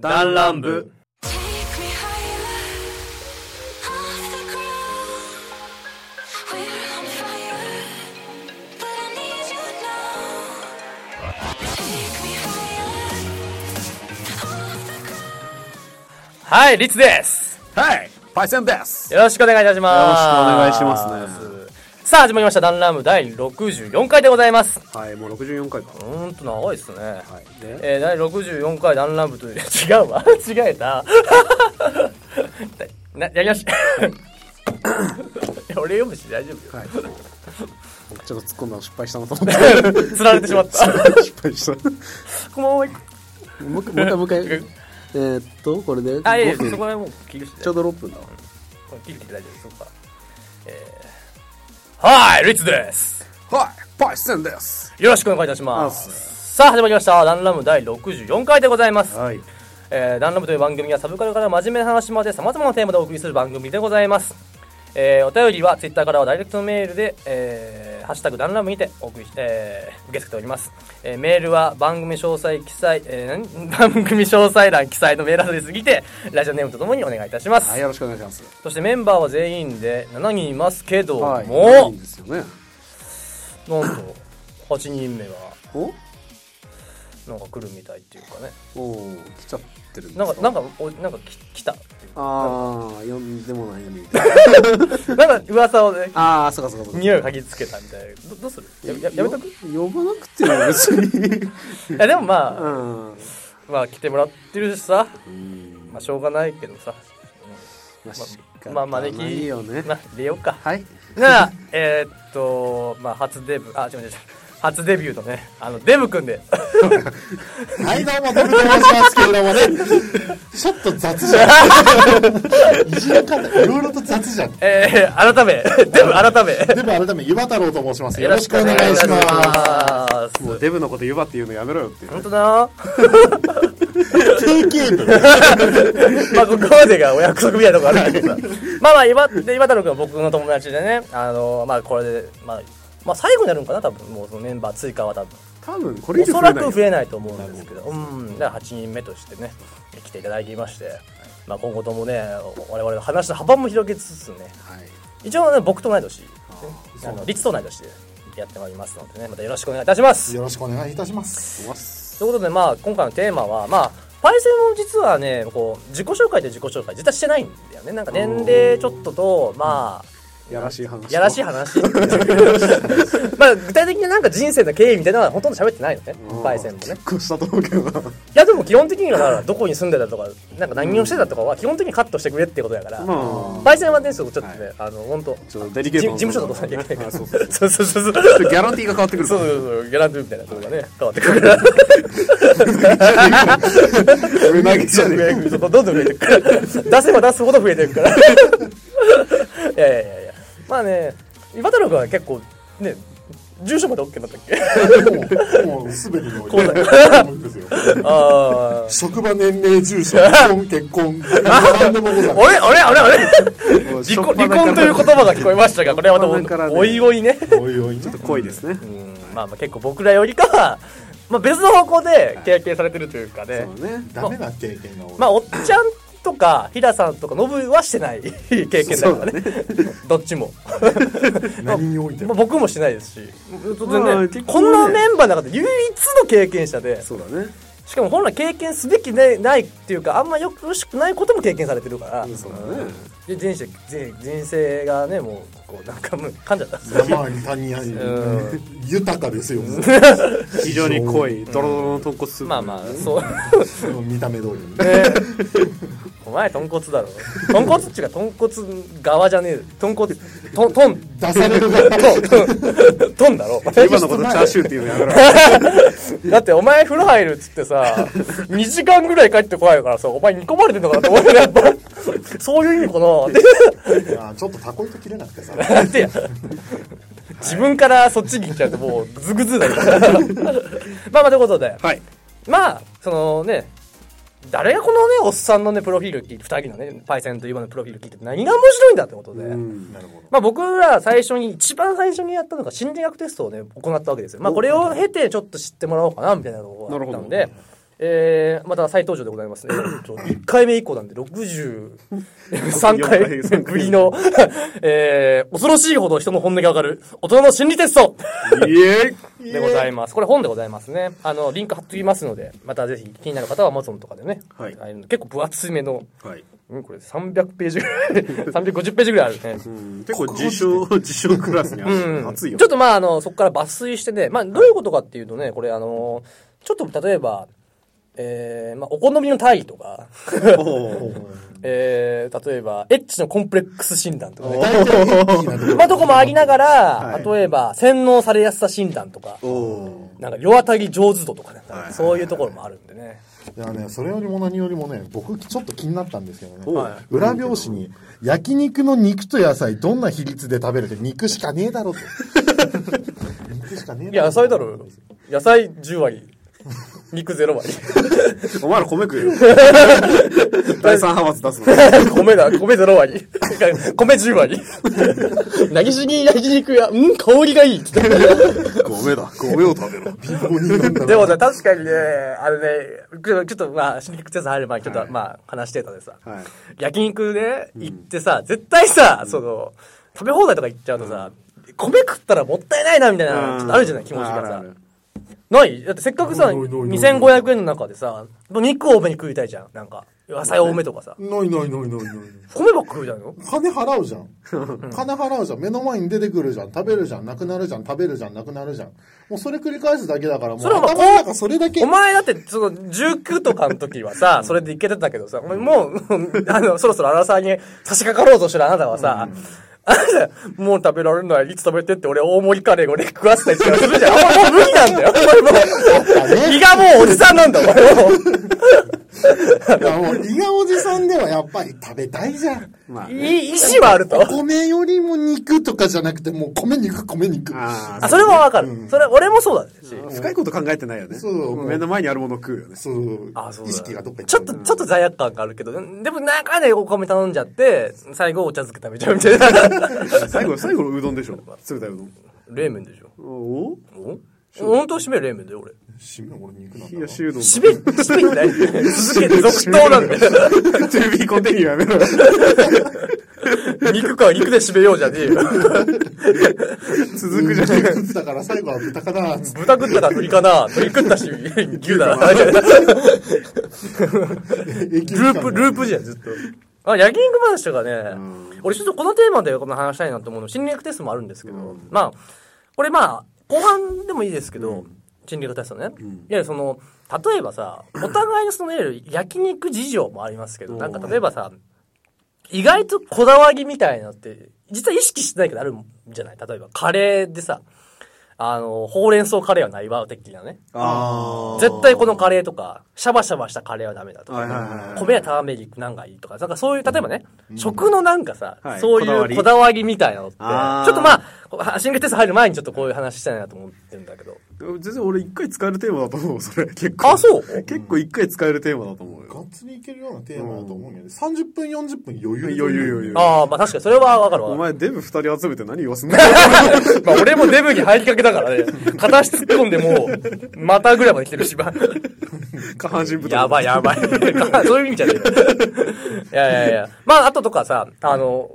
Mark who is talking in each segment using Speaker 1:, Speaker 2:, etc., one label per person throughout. Speaker 1: ダンラン部
Speaker 2: Take me higher, off the ground. We're on fire, but I need you now. Take me higher, off the ground.
Speaker 3: はい、リツです。
Speaker 1: はいパイセンです
Speaker 3: よろしくお願いいたします。。
Speaker 1: よろしくお願いします
Speaker 3: さあ、始まりました。ダンラム第64回でございます。
Speaker 1: はいもう64回か
Speaker 3: うーんと、長いですね。
Speaker 1: はいで
Speaker 3: えー、第64回ダンラムという、 違うわ。間違えた。 な、やりました。 俺読むし大丈
Speaker 1: はいちょっと突っ込んだの失敗したなと思って
Speaker 3: 夫。釣られてしま った。
Speaker 1: 失敗した
Speaker 3: このまま行く
Speaker 1: もう一回もう一回もう一回えーっとこれで
Speaker 3: あ、いやいや、
Speaker 1: 5
Speaker 3: そ
Speaker 1: 分
Speaker 3: こら辺もう切るし。
Speaker 1: ちょうど6分だわ
Speaker 3: これ切る切る大丈夫。そこから。えー、はい、リツです。
Speaker 1: はいパイセンです
Speaker 3: よろしくお願いいたします。さあ、始まりました。ダンラム第64回でございます。
Speaker 1: はい
Speaker 3: えー、ダンラムという番組はサブカルから真面目な話まで様々なテーマでお送りする番組でございます。えー、お便りは Twitter からはダイレクトメールで、えー、ハッシュタグダンラムにてお送りし、えー、受け付けております。えー、メールは番組詳細記載、えー、何 番組詳細欄記載のメールアドレスにて、ラジオネームとともにお願いいたします。
Speaker 1: はいよろしくお願いします
Speaker 3: そしてメンバーは全員で7人いますけども、
Speaker 1: はいいいんですよね
Speaker 3: なんと8人目は
Speaker 1: お
Speaker 3: なんか来るみたいっていうかね。
Speaker 1: おー来ちゃってるんです
Speaker 3: なんか、なんか、おなんかき来たっていう
Speaker 1: ああ読んでもないのにみたいな
Speaker 3: なんか噂をね、
Speaker 1: ああそうかそうかそうか
Speaker 3: 匂いを嗅ぎつけたみたいな。どどうするやややめとくい
Speaker 1: よ呼ばなくても別に
Speaker 3: や、でもまあ、
Speaker 1: うん
Speaker 3: まあ来てもらってるしさ、まあしょうがないけどさ、
Speaker 1: ま
Speaker 3: まあ招き、
Speaker 1: いいよね
Speaker 3: まあ出ようか。
Speaker 1: はい
Speaker 3: なあ、えーっと、まあ初デビュー、あ、違う違う違う。初デビューのね、あの、デブくんで。
Speaker 1: はいどうもデブと申しますけれどもね ちょっと雑じゃんいじらかないいろいろと雑じゃん
Speaker 3: えー、改め、デブ改め。
Speaker 4: でも改め、ゆば太郎と申します。よろしくお願いします。
Speaker 3: ます。
Speaker 1: もうデブのこと湯葉って言うのやめろよっていう
Speaker 3: 本当だ
Speaker 4: 定型文。
Speaker 3: まあ、ここまでがお約束みたいなとこあるけどさ。まあまあ、岩で岩太郎君は僕の友達でね、あの、まあこれで、まあ、まあ最後になるのかな、多分、もうそのメンバー追加は多分。
Speaker 1: 多分これ
Speaker 3: お
Speaker 1: 以上
Speaker 3: そ
Speaker 1: 増え
Speaker 3: ら
Speaker 1: ないよ
Speaker 3: く増えないと思うんですけど、うん、だから8人目としてね、来ていただきまして、まあ今後ともね、我々の話の幅も広げつつね、
Speaker 1: はい
Speaker 3: 一応ね、僕と同い年、あの、律と同い年でやってまいりますのでね、またよろしくお願いいたします。
Speaker 4: よろしくお願いいたします。
Speaker 1: おます
Speaker 3: ということで、まあ今回のテーマは、まあ、パイセンも実はね、こう、自己紹介と自己紹介、実はしてないんだよね。なんか年齢ちょっとと、まあ、
Speaker 1: やらしい話
Speaker 3: やらし い話 まあ具体的になんか人生の経緯みたいなのはほとんど喋ってないのね、パイセンもね。
Speaker 1: 結構したと思うけどない
Speaker 3: やでも基本的にはだからどこに住んでたとかなんか何をしてたとかは基本的にカットしてくれってことやから、
Speaker 1: まあ
Speaker 3: パイセンはねそうちょっとね、
Speaker 1: はい
Speaker 3: あの本当
Speaker 1: ちょっとデリケ
Speaker 3: 事
Speaker 1: ー
Speaker 3: 事
Speaker 1: ト
Speaker 3: 務所のことなきゃいけないか
Speaker 1: あ
Speaker 3: ら
Speaker 1: そ
Speaker 3: そうう
Speaker 1: そ
Speaker 3: そうう そうそうそうそう
Speaker 1: ちょっとギャランティーが変わってくる
Speaker 3: そう
Speaker 1: と
Speaker 3: そうギャランドゥみたいなとこがね変わってくるから
Speaker 1: 上投げじゃねえ
Speaker 3: どんどん増えてくから出せば出すほど増えてくからい やいやいやいやまあね岩太郎君は結構ね住所まで OK になったっけ
Speaker 4: もう、もうすべてのことですよ。
Speaker 3: ああ
Speaker 4: 職場、年齢、住所、結婚、結婚、何でもございま
Speaker 3: あれあれあれあれ
Speaker 1: も う
Speaker 3: 離婚離婚という言葉が聞こえましたがこれはま
Speaker 1: 初っ端から
Speaker 3: た
Speaker 1: ね
Speaker 3: おいおいね
Speaker 4: す。おいおいね。
Speaker 1: 恋ですね
Speaker 3: うんまあまあ結構僕らよりかは、まあ、別の方向で経験されてるというかね、
Speaker 1: そうね
Speaker 4: ダメな経験が多い。
Speaker 3: まあおっちゃんとか飛騨さんとかノブはしてない経験だからねどっち も、
Speaker 4: 何において
Speaker 3: まあ、
Speaker 4: も。
Speaker 3: 僕もしてないですし当然ね
Speaker 1: まあ結構
Speaker 3: こ
Speaker 1: ね
Speaker 3: のメンバーの中で唯一の経験者で
Speaker 1: そうだね
Speaker 3: しかも本来経験すべきでないっていうかあんまよろしくないことも経験されてるから、
Speaker 1: そうだね
Speaker 3: で人生人人生がねもうこうなんかもう噛んじゃった
Speaker 4: 山あり谷あり
Speaker 3: う、
Speaker 4: 豊か ですよ。もう
Speaker 1: 非常に濃いドロドロの豚骨スープ
Speaker 3: まあまあそう
Speaker 4: その見た目通りに。
Speaker 3: ね お前豚骨だろ豚骨っちゅうか豚骨側じゃねえ豚骨トントン
Speaker 4: 出される側
Speaker 3: トントントンだろ
Speaker 1: 今のことチャーシューっていうのやめろよ
Speaker 3: だってお前風呂入るっつってさ2時 間ぐらい帰ってこないからさお前煮込まれてんのかなと思うよや っぱそういう意味か
Speaker 4: いやちょっとタコ糸切れなく てさ。
Speaker 3: なってや 自分からそっちに行っちゃうともうズグズグだからま あまあということで
Speaker 1: はい
Speaker 3: まあそのね誰がこのねおっさんのねプロフィール聞いて2人のねパイセンと今のプロフィール聞いて何が面白いんだってことで、
Speaker 4: なるほど。
Speaker 3: まあ、僕ら最初に一番最初にやったのが心理学テストをね行ったわけですよ。まあ、これを経てちょっと知ってもらおうかなみたいなところがあったん
Speaker 1: なる
Speaker 3: で、えー、また再登場でございますね。1回目以降なんで、63回ぶりの、 えー、恐ろしいほど人の本音がわかる、大人の心理テスト
Speaker 1: いえ
Speaker 3: でございます。これ本でございますね。あの、リンク貼っときますので、またぜひ気になる方は Amazon とかでね、
Speaker 1: はい
Speaker 3: あの結構分厚めの、
Speaker 1: はい。
Speaker 3: うん、これ300ページぐらい、350ページぐらいあるね。
Speaker 1: 結構自称、自称クラスに
Speaker 3: うん
Speaker 1: 熱いよ
Speaker 3: ちょ。っとまあ、あの、そこから抜粋してね、まあ、どういうことかっていうとね、これあの、ちょっと例えば、えー、まあ、お好みの大義とか、 えー、例えば、エッチのコンプレックス診断とかね。
Speaker 4: 大体エッチなところ
Speaker 3: まあ、とこもありながら、
Speaker 1: はい
Speaker 3: 例えば、洗脳されやすさ診断とか、
Speaker 1: お
Speaker 3: なんか、世当たり上手度とかね、
Speaker 1: はいはい
Speaker 3: そういうところもあるんでね。
Speaker 4: いやね、それよりも何よりもね、僕ちょっと気になったんですけどね、
Speaker 1: はい
Speaker 4: 裏表紙に、焼肉の肉と野菜、どんな比率で食べるって、肉しかねえ だろと。肉しかねえ
Speaker 3: いや、野菜だろ。野菜10割。肉0割。
Speaker 1: お前ら米食えよ。第三派閥出すの。
Speaker 3: 米だ、米0割。 米10割。なぎしに焼肉や、うん、香りがいいって言って。
Speaker 1: 米だ。米を食べろ。
Speaker 4: 貧乏人なんだ
Speaker 3: で
Speaker 4: ろ
Speaker 3: もね、確かにね、あのね、ちょっとちょっとまあ、新肉鉄入る前にちょっと、
Speaker 1: はい
Speaker 3: まあ、話してたでさ、
Speaker 1: はい
Speaker 3: 焼肉ね、行ってさ、絶対さ、その、食べ放題とか行っちゃうとさ、米食ったらもったいないな、みたいな、ちょっとあるじゃない、気持ちが
Speaker 1: あ
Speaker 3: さ
Speaker 1: るあ。る
Speaker 3: ないだってせっかくさ、
Speaker 5: ないないないない
Speaker 3: 2500円の中でさ、肉多めに食いたいじゃん、なんか。野菜多めとかさ。
Speaker 5: ないないないないない。
Speaker 3: 米ばっか食うじゃんよ。
Speaker 4: 金払うじゃん。金払うじゃん。目の前に出てくるじゃん。食べるじゃん。なくなるじゃん。食べるじゃん。なくなるじゃん。もうそれ繰り返すだけだから、もう
Speaker 3: それはまあ
Speaker 4: 頭の中それだけ。
Speaker 3: お前だって、その、19とかの時はさ、それでいけてたけどさ、お前もう、あの、そろそろ荒沢に差し掛かろうとしてるあなたはさ、あなた、もう食べられない、いつ食べてって俺大盛りカレーをね、食わせたりとかするじゃん。お前もう無理なんだよ。お前もう、胃がもうおじさんなんだ、お前も
Speaker 4: いやもう、伊賀おじさんではやっぱり食べたいじゃ ん。
Speaker 1: まあ
Speaker 3: う。い意志はあると
Speaker 4: お。米よりも肉とかじゃなくて、もう米肉、米肉。
Speaker 1: あ
Speaker 3: あ、それはわかる。それ、俺もそうだし。
Speaker 1: ー深いこと考えてないよね。
Speaker 4: そう
Speaker 1: も目の前にあるものを食うよね。
Speaker 4: そう。
Speaker 3: あそうだ
Speaker 4: 意識がどっか行
Speaker 3: ちょっと、ちょっと罪悪感があるけど、でも中でお米頼んじゃって、最後お茶漬け食べちゃうみたい な。
Speaker 1: 最後、最後のうどんでしょ。冷たいうどん。
Speaker 3: 冷麺でしょ。
Speaker 1: お
Speaker 3: お本当は締める冷麺だよ、俺。
Speaker 4: 締め俺肉なんだ
Speaker 1: 冷
Speaker 4: な
Speaker 1: やしうどんだ。
Speaker 3: 締め、締めない。続けて続投なんで。
Speaker 1: トゥービーコンティニューやめろ。
Speaker 3: 肉か肉で締めようじゃねえよ。
Speaker 1: 続くじゃないか。
Speaker 4: だから最後は豚かなっつって
Speaker 3: 豚食ったら鶏かな。鶏食 ったし、牛だな。 ループ、ループじゃん、ずっと。あ、焼肉話とかね、俺ちょっとこのテーマでこの話したいなと思うの、心理学テストもあるんですけど、まあ、これまあ、後半でもいいですけど、心理学テストね。いや、その、例えばさ、お互いのその、いわゆる焼肉事情もありますけど、なんか例えばさ、意外とこだわりみたいなのって、実は意識してないけどあるんじゃない例えば、カレーでさ、あの、ほうれん草カレーはないわ、的なね。
Speaker 1: あ
Speaker 3: 絶対このカレーとか、シャバシャバしたカレーはダメだと
Speaker 1: はいはいはい
Speaker 3: か
Speaker 1: は、い
Speaker 3: 米やターメリックなんかいいとか、なんかそういう、例えばね、食のなんかさ
Speaker 1: は、い
Speaker 3: そう
Speaker 1: こだわ
Speaker 3: いう
Speaker 1: り
Speaker 3: こだわりみたいなのって、ちょ
Speaker 1: あー
Speaker 3: っとまあ、シングルテスト入る前にちょっとこういう話したいなと思ってるんだけど。
Speaker 1: 全然俺一回使えるテーマだと思う、それ。結構。
Speaker 3: あ、そう
Speaker 1: 結構一回使えるテーマだと思う
Speaker 4: が
Speaker 1: よ。
Speaker 4: っつりいけるようなテーマだと思うけど、30分、40分余裕
Speaker 1: 余裕余裕。
Speaker 3: ああ、まあ確かにそれはわかる
Speaker 1: お
Speaker 3: わ。
Speaker 1: 前デブ二人集めて何言わすんだよ。
Speaker 3: まあ俺もデブに入りかけだからね、片足突っ込んでもう、またぐらいまで来てるし、まあ
Speaker 1: 下半身太り。
Speaker 3: やばいや ばい。 そういう意味じゃない。いやいやいや。まあ、あととかさ、あの、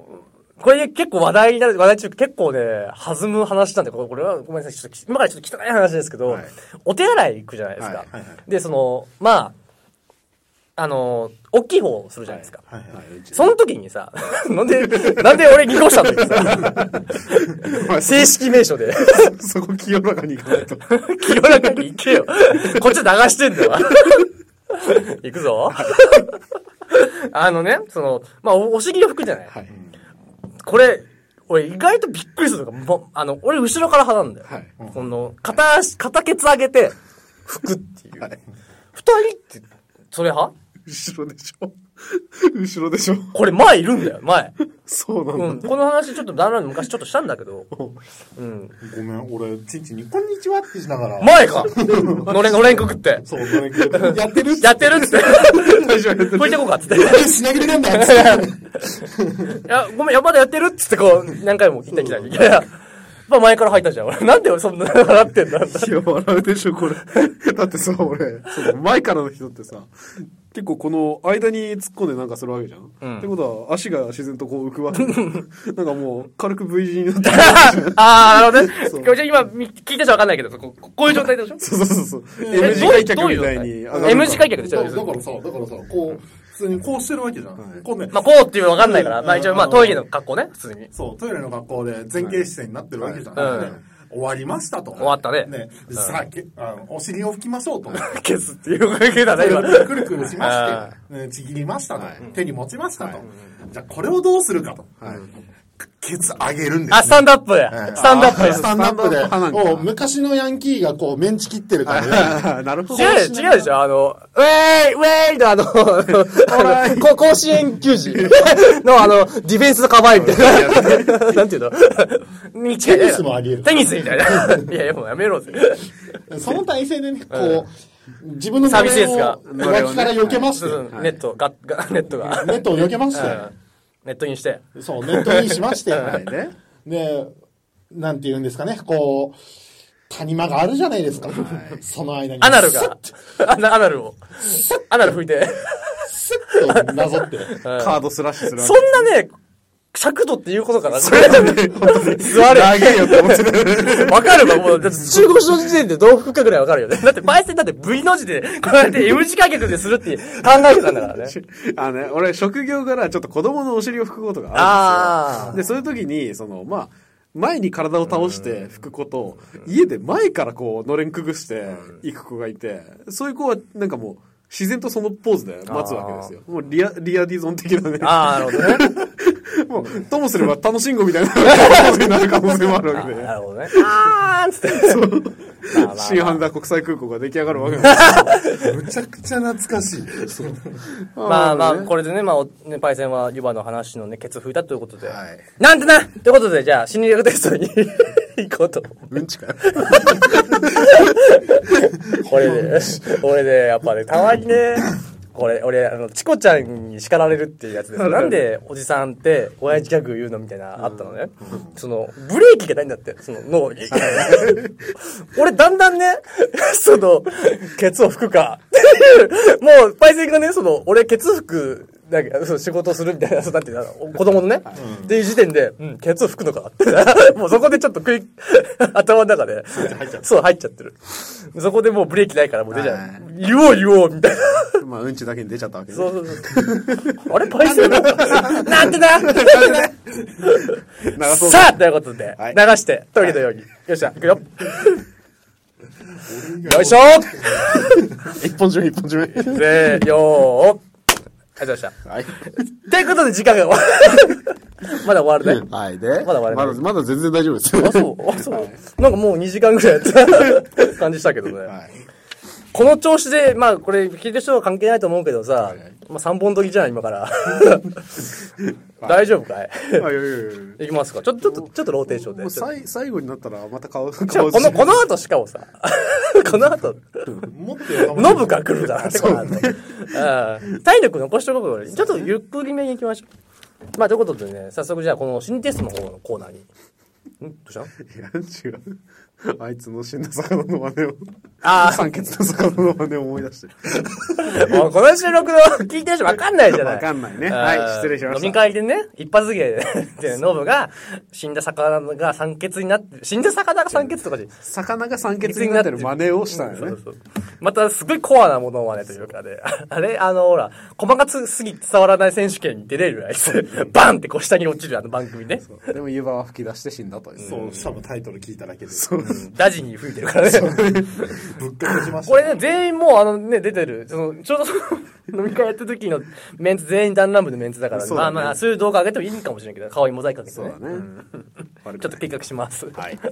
Speaker 3: これ結構話題になる、話題中結構ね、弾む話なんで、これこれはごめんなさい。ちょっと今からちょっと汚い話ですけど、
Speaker 1: はい
Speaker 3: お手洗い行くじゃないですか。
Speaker 1: はいはいは
Speaker 3: で、その、まあ、あの、大きい方をするじゃないですか。
Speaker 1: はい。
Speaker 3: その時にさ、 なんで、なんで俺2号車の時さ、
Speaker 1: お前
Speaker 3: 正式名称で、
Speaker 1: そこ清らかにいかないと。
Speaker 3: 清らかに行けよ。 こっち流してんだよ。 行くぞ。あのね、その、まあ、おお尻を拭くじゃない、
Speaker 4: はい
Speaker 3: これ、俺意外とびっくりするのが、もあの、俺後ろから派なんだよ。
Speaker 1: はい
Speaker 3: この、片足、片ケツ上げて、拭くっていう。二、人って、それ派
Speaker 1: 後ろでしょ。 後ろでしょ。
Speaker 3: これ前いるんだよ、前。
Speaker 1: そうな
Speaker 3: うん
Speaker 1: だ。
Speaker 3: ん。この話ちょっと旦那に昔ちょっとしたんだけど、うん。
Speaker 4: ごめん、俺、ちんちんに、こんにちはってしながら。
Speaker 3: 前かのれん、のれんくくって。
Speaker 4: そう、それやってる
Speaker 3: やってるっつって。
Speaker 1: 大丈夫やってる
Speaker 3: 拭いてこうかっつって。
Speaker 4: しなぎれなんだっつっ
Speaker 3: い
Speaker 4: て
Speaker 3: や、ごめん、やまだやってるっつってこう、何回も行ったり来たり。いやいやまあ前から入ったじゃん。俺 なんでそんな笑ってんだ
Speaker 1: いや、笑うでしょ、これ。 だってさ、俺、その前からの人ってさ、結構この間に突っ込んでなんかするわけじゃん。
Speaker 3: ん
Speaker 1: ってことは、足が自然とこう浮くわけ。 なんかもう、軽く V 字になって る。
Speaker 3: ああ、なる
Speaker 1: そ
Speaker 3: ほ
Speaker 1: う
Speaker 3: どね。今、み聞いた人わかんないけど、こここういう状態でしょ
Speaker 1: そうそうそうそう。
Speaker 3: え
Speaker 1: M 字
Speaker 3: どうい
Speaker 1: 開
Speaker 3: うど
Speaker 1: 脚
Speaker 3: ういう
Speaker 1: み
Speaker 3: 状
Speaker 1: た
Speaker 3: 態
Speaker 1: いに上がるから。
Speaker 3: M 字開脚でし
Speaker 4: だ
Speaker 3: ょ
Speaker 4: だからさ、だからさ、こう、普通にこうしてるわけじゃん。こうね、
Speaker 3: まあ、こうっていうのわかんないから、まあ一応、まあトイレの格好ね、普通に。
Speaker 4: そう、トイレの学校で前傾姿勢になってるわけじゃん。
Speaker 3: はい
Speaker 4: ね終わりましたと。終
Speaker 3: わったね
Speaker 4: さあ、けあのお尻を拭きましょうと。
Speaker 3: 消すっていう関係だね、今。
Speaker 4: くるくるしまして、ねちぎりましたと。手に持ちましたと。じゃあ、これをどうするかと。ケツ上げるんです
Speaker 3: あ、スタンドアップ
Speaker 4: はい
Speaker 3: スタンドアップ
Speaker 4: スタンドアップで
Speaker 1: スタンドアップ派なん、だ
Speaker 4: もう昔のヤンキーがこう、メンチ切ってる感じで。
Speaker 1: なるほど。
Speaker 3: 違うでしょ、違うでしょ、あの、ウェーイウェーイのあの、 あのこ甲子園球児のあの、ディフェンスの構えみたいな。なんていうのテ
Speaker 4: テニスもあり得る
Speaker 3: テニスみたい な。いや、いやもうやめろぜ。
Speaker 4: その体勢でね、こう、自分の
Speaker 3: 寂しいですが
Speaker 4: 胸を脇から避けまし
Speaker 3: そ
Speaker 4: て
Speaker 3: う、そうネット、が、が、ネットが。
Speaker 4: ネットを避けまし
Speaker 3: ネットインして。
Speaker 4: て、そう、ネットにしまして、
Speaker 1: ね。
Speaker 4: で、なんて言うんですかね、こう、谷間があるじゃないですか。その間に。
Speaker 3: アナル
Speaker 4: スッ
Speaker 3: が、アナアナルを、アナル拭いて。
Speaker 4: となぞって。
Speaker 1: カードスラッシュするわ
Speaker 3: そ
Speaker 1: け。
Speaker 3: んなね、尺度っていうことかな 座れ。
Speaker 1: 長いよって思ってる。
Speaker 3: わかるわ、もう。だって中国史の時点でどう吹くかぐらいわかるよね。だって、パイセンだって V の字で、こうやって M 字掛けでするって考えてたんだから ね。
Speaker 1: あのね、俺、職業からちょっと子供のお尻を拭くことがあるんですよ。で、そういう時に、その、まあ、前に体を倒して拭くことを、家で前からこう、のれんくぐして行く子がいて、そういう子は、なんかもう、自然とそのポーズで待つわけですよ。もうリア、リアディゾン的なね。
Speaker 3: ああ、なるほどね。
Speaker 1: もう、ともすれば楽しんごみたいな ポーズになる可能性もあるわけで。
Speaker 3: なるほどね。あーんつって。まあまあ
Speaker 1: 新ハンダ国際空港が出来上がるわけなんです
Speaker 4: むちゃくちゃ懐かしい。
Speaker 1: よ。
Speaker 3: まあまあ、
Speaker 1: ね
Speaker 3: これでね、まあお、ねパイセンは湯葉の話のね、ケツ拭いたということで。
Speaker 4: はい
Speaker 3: なんてなということで、じゃあ、心理学テストに 行こうと。
Speaker 1: うんちかよ。
Speaker 3: これで、俺で、やっぱね、たまにね、これ、俺、あの、チコちゃんに叱られるっていうやつですよ。なんで、おじさんって、親父ギャグ言うのみたいな、あったのね。その、ブレーキがないんだって、その、脳に。俺、だんだんね、 その、ケツを拭くか、っていう、もう、パイセンがね、その、俺、ケツ拭く、なんか、そう仕事をするみたいな、そうなんていうの子供のね、っていう時点で、うん、ケツを拭くのか って、もうそこでちょっと食い、 頭の中で、そう、入っちゃってる。そこでもうブレーキないから、もう出ち
Speaker 1: は
Speaker 3: ゃう。言おう言おう、みたいな。
Speaker 1: まあ、うんちだけに出ちゃったわけね
Speaker 3: そうそうそう。あれ、パイセンだなん でな
Speaker 1: 長そうだ
Speaker 3: さあ、ということで、
Speaker 1: はい
Speaker 3: 流して、トイレのように。よっしゃ、行くよ。よいしょ
Speaker 1: 一本締め、一本締め。
Speaker 3: せーよーありがとうございました。
Speaker 1: はい。
Speaker 3: ということで、時間が終わる。まだ終わるね。
Speaker 1: はい。で、
Speaker 3: まだ終わらない
Speaker 1: まだ、まだ全然大丈夫ですよ。
Speaker 3: あ、そう、あ、そう。なんかもう2時間ぐらいやった感じしたけどね。
Speaker 1: はい。
Speaker 3: この調子で、まあこれ聞いてる人は関係ないと思うけどさ、まあ3本取りじゃない今から。大丈夫かい
Speaker 1: あ、いやいやいや い
Speaker 3: いきますか。ちょっと、ちょっと、ちょっとローテーション
Speaker 1: や。
Speaker 3: で
Speaker 1: もう。さい最後になったら、また 顔、顔
Speaker 3: しかもこの、この後しかもさ、この後、
Speaker 4: もっと喜ばない
Speaker 3: ノブが来る だなってこの後。うん体力残しておこうよちょっとゆっくりめに行きましょう。まあということでね、早速じゃあこの新テストの方のコーナーに。んどう した
Speaker 1: いや、違う。 あいつの死んだ魚の真似を。
Speaker 3: あー
Speaker 1: 酸欠の魚の真似を思い出して。
Speaker 3: もうこの収録の聞いてる人分かんないじゃない。
Speaker 1: 分かんないね
Speaker 3: あー
Speaker 1: はい失礼しました
Speaker 3: 飲み会でね、一発芸で で、ノブが、死んだ魚が酸欠になって、死んだ魚が酸欠とかで、
Speaker 1: 魚が酸欠になってる真似をしたんよ
Speaker 3: そ
Speaker 1: ね
Speaker 3: う。そうまたすごいコアなものまねというかね、 あれ、あの、ほら、細かすぎて伝わらない選手権に出れるあいつ、バンってこう下に落ちるあの番組ね。
Speaker 1: でも、湯葉は吹き出して死んだという。
Speaker 4: そう、多分タイトル聞いただけで。そう。
Speaker 3: ダジに吹いてるからね。
Speaker 4: ぶっかけしました。
Speaker 3: これね、全員もうあのね、出てる。その、ちょうどその 飲み会やった時のメンツ、全員弾丸部のメンツだから、
Speaker 1: そう
Speaker 3: ま
Speaker 1: だ
Speaker 3: あ
Speaker 1: ね
Speaker 3: まあ、そういう動画上げてもいいかもしれないけど、顔にモザイクかけて
Speaker 1: そう
Speaker 3: ね
Speaker 1: だ。ね。悪
Speaker 3: ちょっと
Speaker 1: くない
Speaker 3: 計画します。
Speaker 1: はい。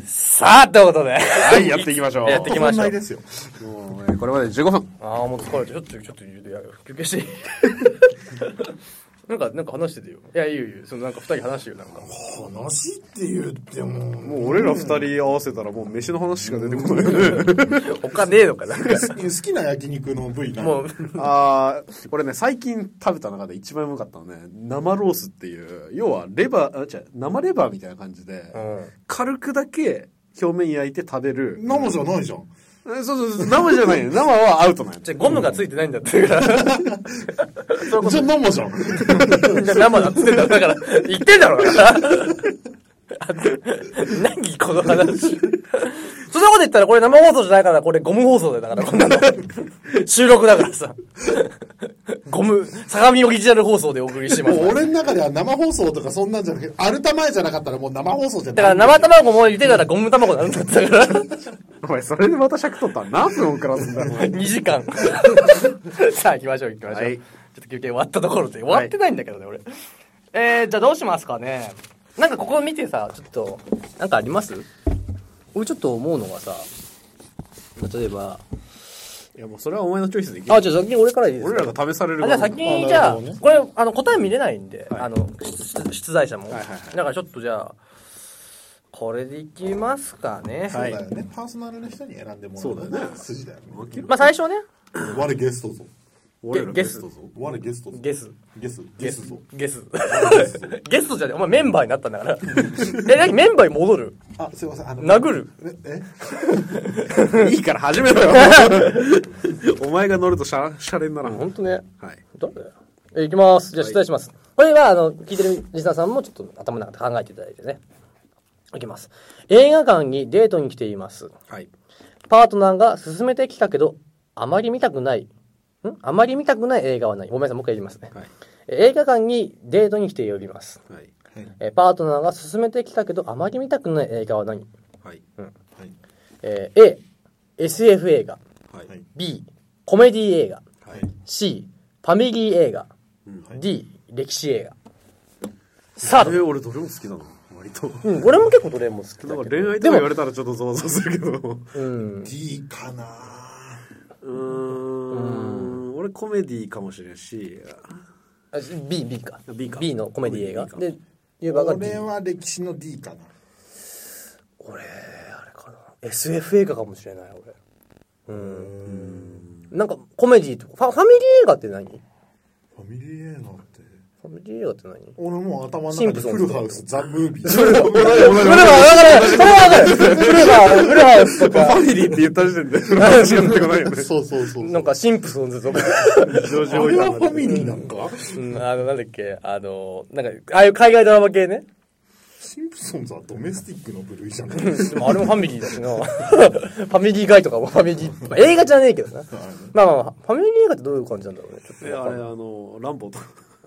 Speaker 3: さあ、ということで。
Speaker 1: はい、やっていきましょ う。
Speaker 3: やっていきましょ
Speaker 4: ないで
Speaker 3: う。
Speaker 4: すよ。
Speaker 1: もうねこれまで15分。
Speaker 3: ああ、もう疲れた。ちょっと、ちょっと、ちょっと、休憩して。 なんか、なんか話しててよ。いや、いいよいいよ。そのなんか二人話してよ、なんか。
Speaker 4: 話って言っても、
Speaker 1: もう俺ら二人合わせたらもう飯の話しか出てこないよね。
Speaker 3: 他ねえのかな。
Speaker 4: 好き好きな焼肉の部位な
Speaker 3: も
Speaker 4: の
Speaker 3: う、
Speaker 1: あー、これね、最近食べた中で一番うまかったのね、生ロースっていう、要はレバー、あ、違う、生レバーみたいな感じで、軽くだけ表面焼いて食べる。
Speaker 4: 生じゃないじゃん。
Speaker 1: えそうそうそう、生じゃないよ。生はアウトなんよ。
Speaker 3: じゃあゴムがついてないんだって だから。
Speaker 4: じゃあ生じゃん。
Speaker 3: じゃあ生だっつってんだ。だから、言ってんだろ。あ 何この話。そんなこと言ったらこれ生放送じゃないから、これゴム放送だよだから、こ んなの。収録だからさ。ゴム、相模オリジナル放送でお送りしてま
Speaker 4: も
Speaker 3: す
Speaker 4: う。俺の中では生放送とかそんなんじゃなくて、アルタ前じゃなかったらもう生放送じゃ
Speaker 3: だから
Speaker 4: ない。
Speaker 3: 生卵も言ってたらゴム卵なんだったから。
Speaker 1: お前、それでまた尺取ったら何分からすんだろう。
Speaker 3: 2時間。さあ、行きましょう、行きましょう。
Speaker 1: はい
Speaker 3: ちょっと休憩終わったところで。終わってないんだけどね、俺。えー、じゃあどうしますかね。なんかここ見てさ、ちょっと、なんかあります俺ちょっと思うのがさ、例えば、
Speaker 1: いや、もうそれはお前のチョイスでいけ
Speaker 3: あ、じゃあ先に俺からいいですか
Speaker 1: 俺らが試される
Speaker 3: あじゃあ先に、じゃあ、これ、あの、答え見れないんで、あの、出出題者も。
Speaker 1: いはいはい
Speaker 3: だからちょっとじゃあ、これでいきますかね。
Speaker 4: そうだよね。パーソナルの人に選んでもらうのが筋だよね。
Speaker 3: まあ最初はね、
Speaker 4: 我ゲストぞ。
Speaker 1: 俺ら
Speaker 3: ゲス
Speaker 1: トぞ
Speaker 4: 我ゲストぞ。
Speaker 3: ゲス。
Speaker 4: ゲス。ゲスぞ。
Speaker 3: ゲス。ゲストじゃねえ。お前メンバーになったんだから。え、何メンバーに戻る
Speaker 4: あ、すいません。あの、
Speaker 3: 殴る
Speaker 4: え
Speaker 1: いいから始めろよ。 お前が乗るとシャシャレにならん。
Speaker 3: 本当ね。
Speaker 1: はい。
Speaker 3: 誰え、いきます。じゃあ、出題します。これは、あの、聞いてるリスナーさんもちょっと頭の中で考えていただいてね。いきます。映画館にデートに来ています。
Speaker 1: はい。
Speaker 3: パートナーが勧めてきたけど、あまり見たくない。んあまり見たくない映画はない。ごめんなさい、もう一回言いますね。
Speaker 1: はい
Speaker 3: え映画館にデートに来て呼びます。
Speaker 1: はい。
Speaker 3: えパートナーが勧めてきたけど、あまり見たくない映画は何
Speaker 1: はい。
Speaker 3: えー A、SF 映画。
Speaker 1: はい。
Speaker 3: B、コメディ映画。
Speaker 1: はい。
Speaker 3: C、ファミリー映画。D、歴史映画。さあ、
Speaker 1: えー俺どれも好きだな、割と。
Speaker 3: うん、俺も結構どれも好き
Speaker 1: なん
Speaker 3: だ
Speaker 1: か
Speaker 3: け
Speaker 1: 恋
Speaker 3: ど。
Speaker 1: 愛とか言われたらちょっとゾワゾワするけど。
Speaker 4: D かな
Speaker 1: うーん。俺コメディかもしれんし。
Speaker 3: あ B、B か。
Speaker 1: B か
Speaker 3: のコメディ映画。
Speaker 1: コメディ
Speaker 3: で、言えばが D
Speaker 4: 俺。は歴史の D かな。
Speaker 3: 俺、あれかな。SF 映画かもしれない、俺。うん。なんか、コメディとか。ファファミリー映画って何フ
Speaker 4: ファミリー映画って。
Speaker 3: ァミリー映画って何
Speaker 4: 俺もう頭の
Speaker 3: シンプ
Speaker 4: 中で
Speaker 3: ソン
Speaker 4: フ
Speaker 3: ズ
Speaker 4: ルハウス、ザ・ムービー。
Speaker 3: それは分かるそれは分かるそれは分かるフルハウスと
Speaker 1: フ
Speaker 3: か、
Speaker 1: ァミリーって言った時点で、話が出てこないよね。
Speaker 4: そうそうそう。
Speaker 3: なんかシンプソンズとか。
Speaker 1: ジョージ
Speaker 4: あ
Speaker 1: オイ
Speaker 4: れ
Speaker 1: ラ
Speaker 4: は
Speaker 1: ーに
Speaker 4: フ
Speaker 1: な
Speaker 4: ァ
Speaker 1: る
Speaker 4: ミリーなんか
Speaker 3: うん、あの、なんだっけ、あの、なんか、ああいう海外ドラマ系ね。
Speaker 4: シンプソンズはドメスティックの部類じゃない
Speaker 3: でもあれもファミリーだしな。 ファミリーガイとかもファミリー、まあ映画じゃねえけどな。まあまあまあ、ファミリー映画ってどういう感じなんだろうね。ちょっと
Speaker 1: えあれ、あの、ランボーと。